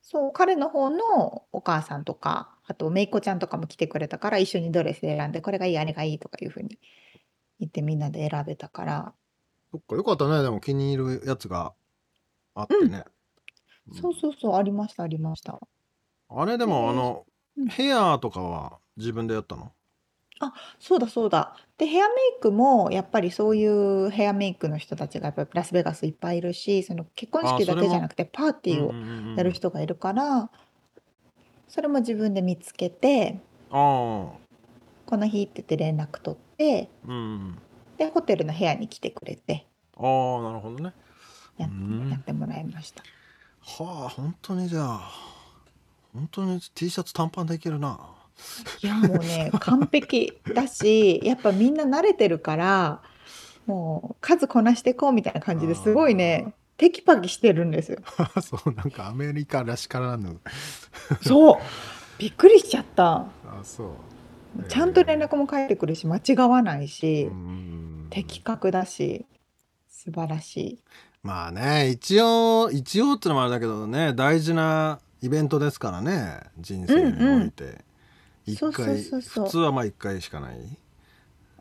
S1: そう彼の方のお母さんとかあと姪っ子ちゃんとかも来てくれたから一緒にドレス選んでこれがいいあれがいいとかいうふうに言ってみんなで選べたから
S3: そっかよかったねでも気に入るやつがあってね。うん
S1: そうそうそうありましたありました。
S3: あれでもあの
S1: うん
S3: ヘアとかは自分でやったの
S1: そうだそうだ。でヘアメイクもやっぱりそういうヘアメイクの人たちがやっぱりラスベガスいっぱいいるしその結婚
S3: あー
S1: 式だ
S3: それ
S1: け
S3: も
S1: じゃなくてパーティー
S3: う
S1: を
S3: んうんうん
S1: やる人がいるからそれも自分で見つけて
S3: あ
S1: この日って言って連絡取って
S3: あうん
S1: でホテルの部屋に来てくれて
S3: ああなるほどね。
S1: やっ
S3: うん
S1: やってもらいました。
S3: はあ本当にじゃあ本当に T シャツ短パンでいけるな。
S1: いやもうね完璧だしやっぱみんな慣れてるからもう数こなしていこうみたいな感じですごいねテキパキしてるんですよ。
S3: そうなんかアメリカらしからぬ。
S1: そうびっくりしちゃった。
S3: あそう。
S1: ちゃんと連絡も返ってくるし間違わないし、
S3: うん
S1: 的確だし素晴らしい
S3: まあね一応一応ってのもあれだけどね大事なイベントですからね人生において一、
S1: そうそう
S3: 回
S1: そうそう
S3: 普通はまあ一回しかない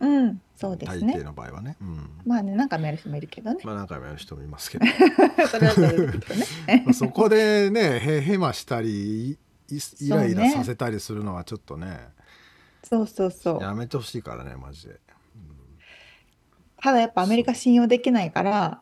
S1: うんそうです
S3: 大抵
S1: ね
S3: の場合はね、うん、
S1: まあね何回もやる人もいるけど ね
S3: まあ何回もやる人もいますけど
S1: それはそれですけどね
S3: まあそこでねへへましたりいイライ
S1: そう
S3: ラ
S1: ね
S3: させたりするのはちょっとね
S1: そうそうそう
S3: やめてほしいからねマジで
S1: ただやっぱアメリカ信用できないから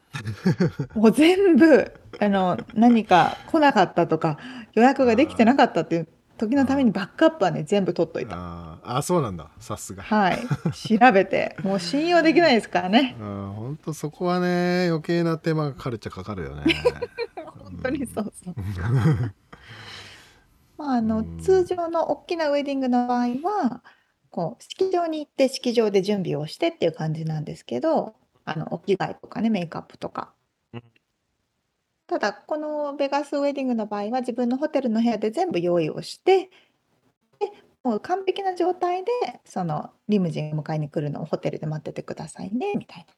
S1: もう全部あの何か来なかったとか予約ができてなかったっていう時のためにバックアップはね全部取っといた
S3: あーあそうなんださすが
S1: はい調べてもう信用できないですからね
S3: うん本当そこはね余計な手間がかかるっちゃかかる よね
S1: 本当にそう そう。まああ
S3: う
S1: の
S3: ん
S1: 通常の大きなウェディングの場合はこう式場に行って式場で準備をしてっていう感じなんですけどあのお着替えとかねメイクアップとか
S3: うん。
S1: ただこのベガスウェディングの場合は自分のホテルの部屋で全部用意をしてでもう完璧な状態でそのリムジンを迎えに来るのをホテルで待っててくださいねみたいな。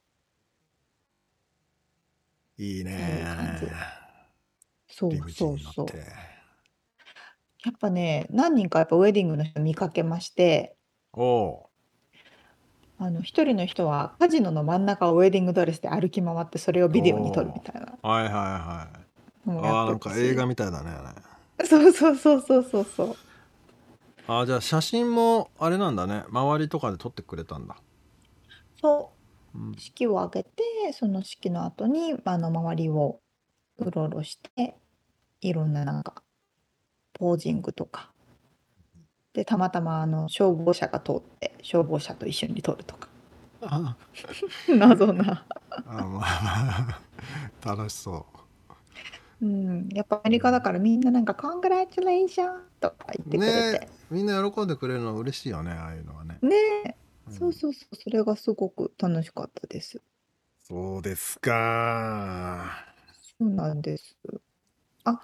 S1: そう
S3: いい
S1: いう
S3: ね
S1: 感じそう
S3: リムジン
S1: そう
S3: に乗っ
S1: そう
S3: て。
S1: やっぱね、何人かやっぱウェディングの人見かけまして、
S3: おお
S1: あの一人の人はカジノの真ん中をウェディングドレスで歩き回ってそれを
S3: ー。
S1: ビデオに撮るみたいな
S3: おーはいはいはい。
S1: のもやっ
S3: あ
S1: て
S3: あなん
S1: る
S3: か映画
S1: し。
S3: みたいだねあれ。
S1: そうそうそうそうそうそう。
S3: ああじゃあ写真もあれなんだね周りとかで撮ってくれたんだ。
S1: そうう。
S3: ん、
S1: 式を挙げて、その式の後に、あの周りをうろうろして、いろんななんかポージングとか。で、たまたまあの消防車が通って、消防車と一緒に撮るとか。
S3: あ
S1: 謎な。
S3: あまあまあ 楽しそ
S1: うん、やっぱアメ
S3: う。う
S1: リカだ
S3: ん
S1: からみんななんか「コングラチュレーション」とか言ってくれ
S3: ねえ
S1: て
S3: みんな喜んでくれるの嬉しいよねああいうのはね。
S1: ねえ
S3: う、
S1: そうんそうそうそれがすごく楽しかったです
S6: そうですか。
S1: そうなんですあ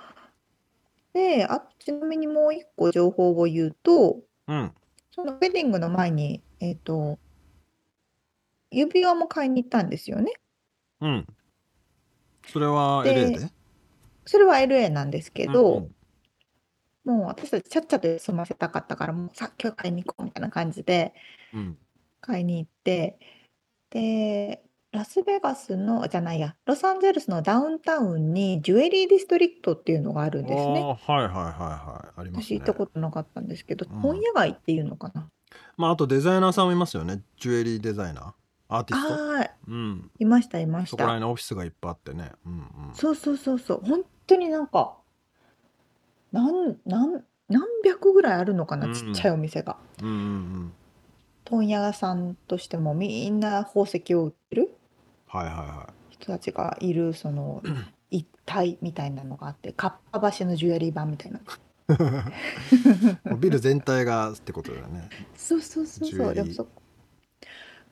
S1: であとちなみにもう一個情報を言うと
S3: うん
S1: そのウェディングの前にえっと指輪も買いに行ったんですよね
S3: うんそれは LA
S1: で
S3: で
S1: それは LA なんですけ
S3: うんう
S1: ど
S3: ん
S1: もう私たちちゃっちゃと済ませたかったからもうさ今日買いに行こうみたいな感じで
S3: うん
S1: 買いに行ってで、ラスベガスの、じゃないや、ロサンゼルスのダウンタウンにジュエリーディストリクトっていうのがあるん
S3: あ
S1: ですね。
S3: あはいはいはいはいありま
S1: 私
S3: す
S1: 行っ
S3: ね。
S1: たことなかったんですけど、
S3: う
S1: 本
S3: ん
S1: 屋街っていうのかな。
S3: まああとデザイナーさんもいますよねジュエリーデザイナーアーティスト。
S1: ああ、
S3: うん
S1: いました、いまし
S3: そこら
S1: た。
S3: 辺のオフィスがいっぱいあってね。うんうん
S1: そうそうそうそう、本当になんか、なん、なん、何百ぐらいあるのか
S3: う
S1: な、ちっちゃい
S3: ん
S1: お店が。
S3: うんうんうん。
S1: 問屋さんとしてもみんな宝石を売ってる
S3: はいはいはい。
S1: 人たちがいる、その、一体みたいなのがあって、かっぱ橋のジュエリー版みたいな。
S3: もうビル全体がってことだよ ね。
S1: そうそうそう
S3: ジュ
S1: そう
S3: エ
S1: でも
S3: リ
S1: そ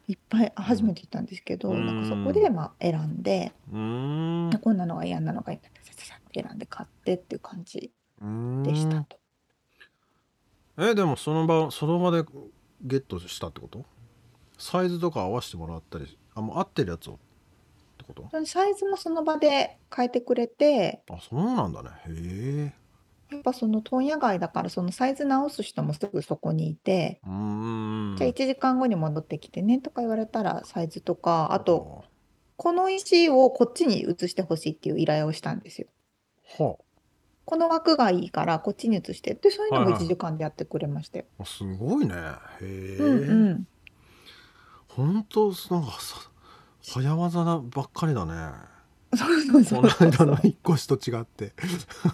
S1: いっぱいあ
S3: ー。う
S1: 初め
S3: ん。
S1: て行ったんですけ
S3: う
S1: どなんかそこ
S3: ー
S1: で
S3: ん。
S1: まあ選んで
S3: うーん。
S1: こんなのが嫌なのがいいさささって選んで買ってっていう感じ
S3: う
S1: でし
S3: ー
S1: た
S3: ん
S1: と
S3: え、でもその場、その場でゲットしたってことサイズとか合わせてもらったり、あ、もう合ってるやつをってこと
S1: そのサイズもその場で変えてくれて
S3: あ、そうなんだね。へえ。
S1: やっぱその問屋街だからそのサイズ直す人もすぐそこにいて
S3: うー
S1: じゃあ1
S3: ん。
S1: 時間後に戻ってきてねとか言われたらサイズとかあと
S3: は
S1: この石をこっちに移してほしいっていう依頼をしたんですよ。
S3: あ。は
S1: この枠がいいからこっちに移してってそういう
S3: あ。
S1: の
S3: はい
S1: も
S3: は
S1: 1
S3: い。
S1: 時間でやってくれましたよ。
S3: あすごい
S1: うん
S3: ね。へえ。
S1: うん。
S3: 本当なんかさ、早技だばっかりだね。
S1: そうそ
S3: こ
S1: う
S3: の
S1: そう
S3: 間
S1: そ
S3: の
S1: う。
S3: 引っ越しと違って。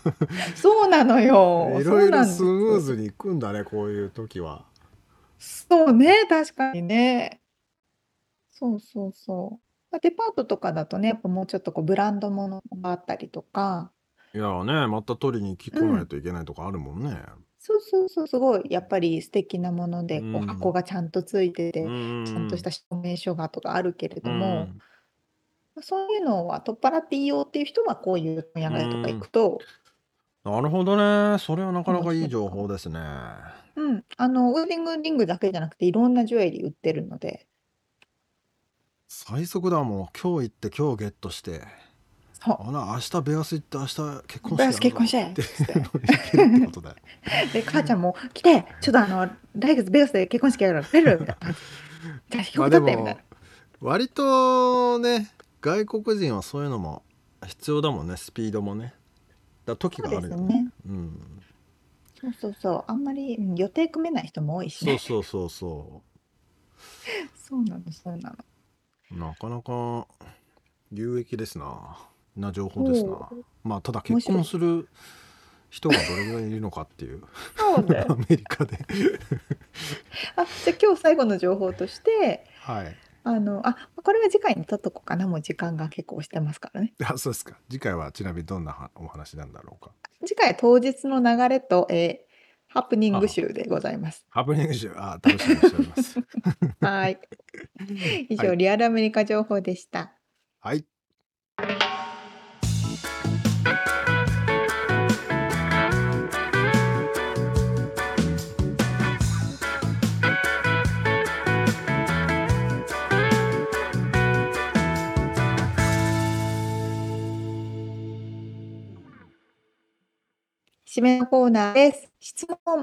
S1: そうなのよ。
S3: い
S1: そ
S3: ろ
S1: う
S3: いろ
S1: なん
S3: ス
S1: で
S3: ムー
S1: す。
S3: ズにいくんだね、こういう時は。
S1: そうね、確かにね。そうそうそう。まあデパートとかだとね、やっぱもうちょっとこうブランドものがあったりとか、
S3: いやーね、また取りに来
S1: う
S3: 来ない
S1: ん、
S3: といけないとかあるもんね。
S1: そうそうそう、すごいやっぱり素敵なもの
S3: う
S1: で、こう箱
S3: ん。
S1: がちゃんとついて
S3: う
S1: て、ちゃんとし
S3: ん
S1: た証明書がとかあるけれ
S3: う
S1: ども、
S3: ん。
S1: まあそういうのは取っ払っていいよっていう人はこういう問屋
S3: う
S1: 街とか行
S3: ん。
S1: くと
S3: なるほどね。それはなかな
S1: 面
S3: かいい
S1: 白い
S3: 情
S1: かも。
S3: 報ですね。
S1: うん、あの、ウェディングリングだけじゃなくていろんなジュエリー売ってるので、
S3: 最速だもん。今日行って今日ゲットして。
S1: そう。
S3: あら、明日ベアス行って明日結婚
S1: ベ
S3: 式
S1: ア
S3: や
S1: ス
S3: る
S1: 結婚し
S3: ぞ
S1: て
S3: って
S1: つって
S3: のに行けるってことだよ。
S1: で母ちゃんも来てちょっとあの来月ベガスで結婚式やるから来れるみたいな 感じじゃあ飛
S3: ま
S1: 行機取
S3: あで
S1: ってみたい
S3: も、割とね、外国人はそういうのも必要だもんね。スピードもね。だから時
S1: なそう
S3: が
S1: で
S3: ある
S1: す
S3: よね。
S1: ね
S3: うん。
S1: そうそうそうあんまりうん予定組めない人も多いし
S3: そう
S1: ね
S3: そうそうそ
S1: そうなのそうなの
S3: う。なかなか。有益ですな。な情報です
S1: そ
S3: な。まあただ
S1: う面
S3: 結
S1: 白
S3: 婚
S1: い
S3: する人がどれぐらいいるのかっていう
S1: そうだ
S3: ア
S1: よ
S3: メリカで
S1: あじゃあ今日最後の情報として
S3: はい。
S1: あのあこれは次回に取っとこうかなもう時間が結構押してますからね
S3: あ、そうですか。次回はちなみにどんなはお話なんだろうか。
S1: 次回は当日の流れと、えーハプニング
S3: あ、
S1: 集でございます
S3: ハプニング集、あ、楽しみにしております。
S1: はい 以
S3: は
S1: 上
S3: い。
S1: リアルアメリカ情報でした
S3: はい。
S1: 締めのコーナーです。質問。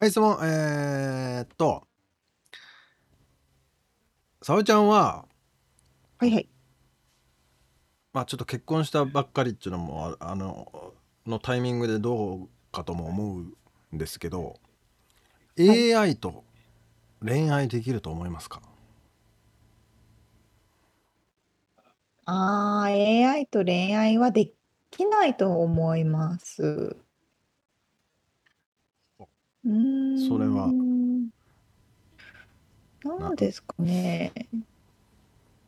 S3: はい、質問、えー、っと、沙織ちゃんは、
S1: はいはい。
S3: まあ、ちょっと結婚したばっかりっていうのもああののタイミングでどうかとも思うんですけど、AI と恋愛できると思いますか、
S1: ああ、AI と恋愛はできないと思います。うーん。
S3: それは。
S1: なんですかね。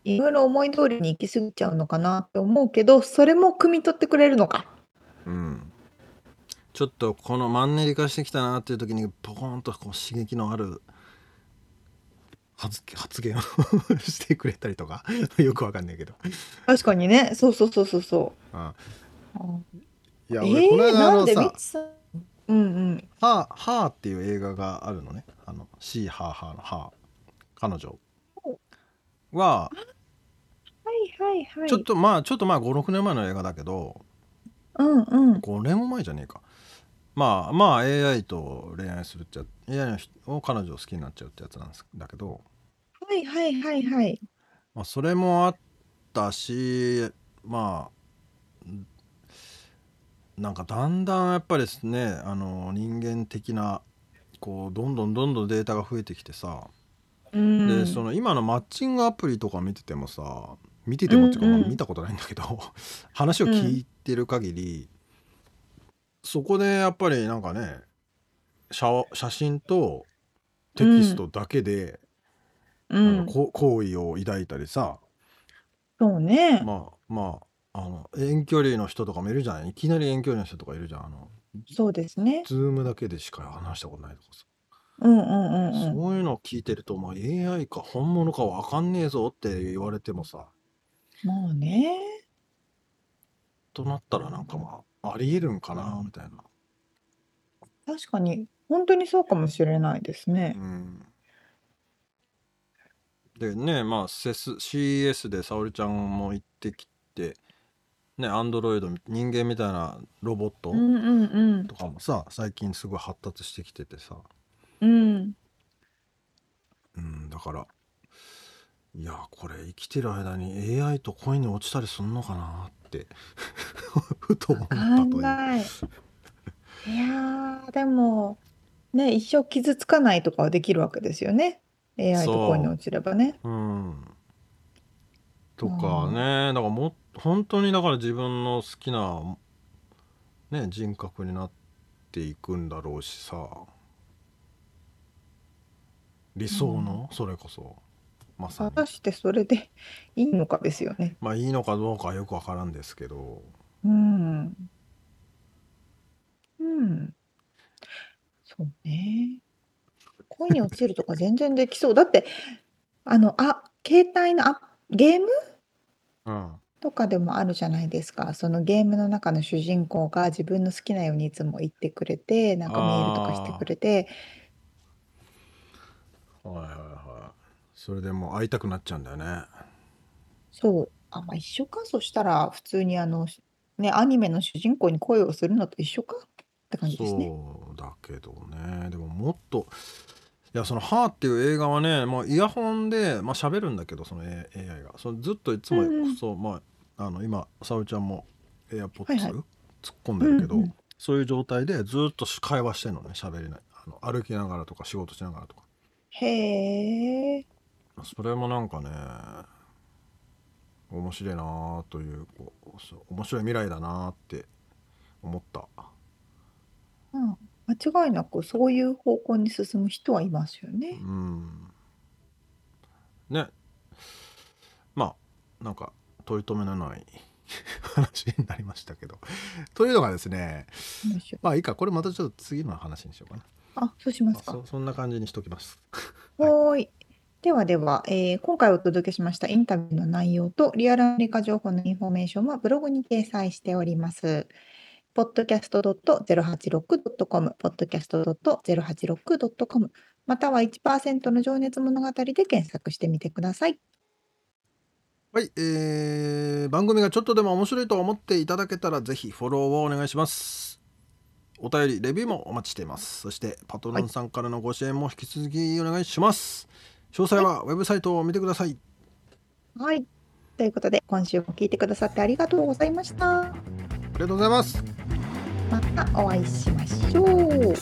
S1: いろいろ思い通りに行き過ぎちゃうのかなって思うけど、それも汲み取ってくれるのか。
S3: うん、ちょっとこのマンネリ化してきたなっていう時にポコンとこう刺激のある発発言を してくれたりとかよくわかんないけど。
S1: 確かにね。そうそうそうそうそ
S3: あ
S1: う。あ
S3: いや
S1: ー
S3: 俺この
S1: えー、
S3: 間あ
S1: なん
S3: の
S1: でミ
S3: さ
S1: ツさん。うんうん。
S3: 「はーはーっていう映画があるのね「あのシーハーハーの「はー彼女
S1: は
S3: は
S1: いはいはい。
S3: ちょっとまあちょっとまあ56年前の映画だけど
S1: うんうん。
S3: 5年も前じゃねえかまあまあ AI と恋愛するっちゃ AI の人を彼女を好きになっちゃうってやつなんですだけど、
S1: はいはいはいはい。
S3: まあ、それもあったしまあんなんかだんだんやっぱりですねあの人間的なこうどんどんどんどんデータが増えてきてさ、
S1: うん。
S3: でその今のマッチングアプリとか見ててもさ見ててもっていうか、
S1: うんうん
S3: まあ見たことないんだけど 話を聞いてる限り、そこでやっぱりなんかね写写真とテキストだけで、
S1: う
S3: なん
S1: ん
S3: か。こ好意を抱いたりさ、
S1: そうね。
S3: まあまああの遠距離の人とかもいるじゃんいきなり遠距離の人とかいるじゃんあの
S1: そうですね。
S3: ズームだけでしか話したことないとかさ、
S1: うんうんうんうん。
S3: そういうのを聞いてると、まあ、AI か本物か分かんねえぞって言われてもさ
S1: まあね。
S3: となったらなんかまあありえるんかなみたいな、
S1: 確かに、本当にそうかもしれないですね。
S3: うん、でねまあセス CS で沙織ちゃんも行ってきてねアンドロイド人間みたいなロボット
S1: うんうんうん
S3: とかもさ最近すごい発達してきててさ、。
S1: うん。
S3: うん、だからいやこれ生きてる間に AI と恋に落ちたりすんのかなってふと思ったと
S1: 考
S3: いう
S1: え。いやー、でも、ね、一生傷つかないとかはできるわけですよね。AI と恋に落ちればね。
S3: うんとかね、だからも本当にだから自分の好きな、ね、人格になっていくんだろうしさ理想の、それこそまさ
S1: 果た
S3: に
S1: してそれでいいのかですよね。
S3: まあいいのかどうかはよくわからんですけど
S1: うん。うん。そうね。恋に落ちるとか全然できそう。だって、あの、あ、携帯のあゲーム
S3: うん
S1: とかでもあるじゃないですか。そのゲームの中の主人公が自分の好きなようにいつも言ってくれて、なんかメールとかしてくれて、
S3: はいはいはいそれでもう会いたくなっちゃうんだよね
S1: そう、あ、まあ、一緒か。そしたら、普通にあの、ね、アニメの主人公に恋をするのと一緒かって感じですね。
S3: そうだけどねでももっといやその「ハーっていう映画はね、まあ、イヤホンで、まあ喋るんだけどその A- AI がそのずっといつも、
S1: うんうん
S3: そうまああの今沙織ちゃんも AirPods、
S1: はいはい
S3: 突っ込んでるけど、
S1: うんうん
S3: そういう状態でずっと会話してんのね喋れないあの歩きながらとか仕事しながらとか
S1: へえ。
S3: それもなんかね面白いなあというこうそう面白い未来だなあって思った。
S1: うん間違いなくそういう方向に進む人はいますよね。
S3: うんねまあなんか取り留めのない話になりましたけどというのがですね
S1: 面白い
S3: まあいいかこれまたちょっと次の話にしようかな
S1: あ、そうしま
S3: あ
S1: すか。
S3: そそんな感じにしときます
S1: はーい。ではでは、えー今回お届けしましたインタビューの内容とリアルアメリカ情報のインフォメーションはブログに掲載しております。podcast.086.com、podcast.086.com、または1%の情熱物語で検索してみてください。
S3: はい、えー番組がちょっとでも面白いと思っていただけたらぜひフォローをお願いしますお便りレビューもお待ちしていますそしてパトロンさんからのご支援も引き続きお願いします、詳細はウェブサイトを見てください
S1: はい。ということで、今週も聞いてくださってありがとうございました。
S3: ありがとうございます
S1: またお会いしましょう。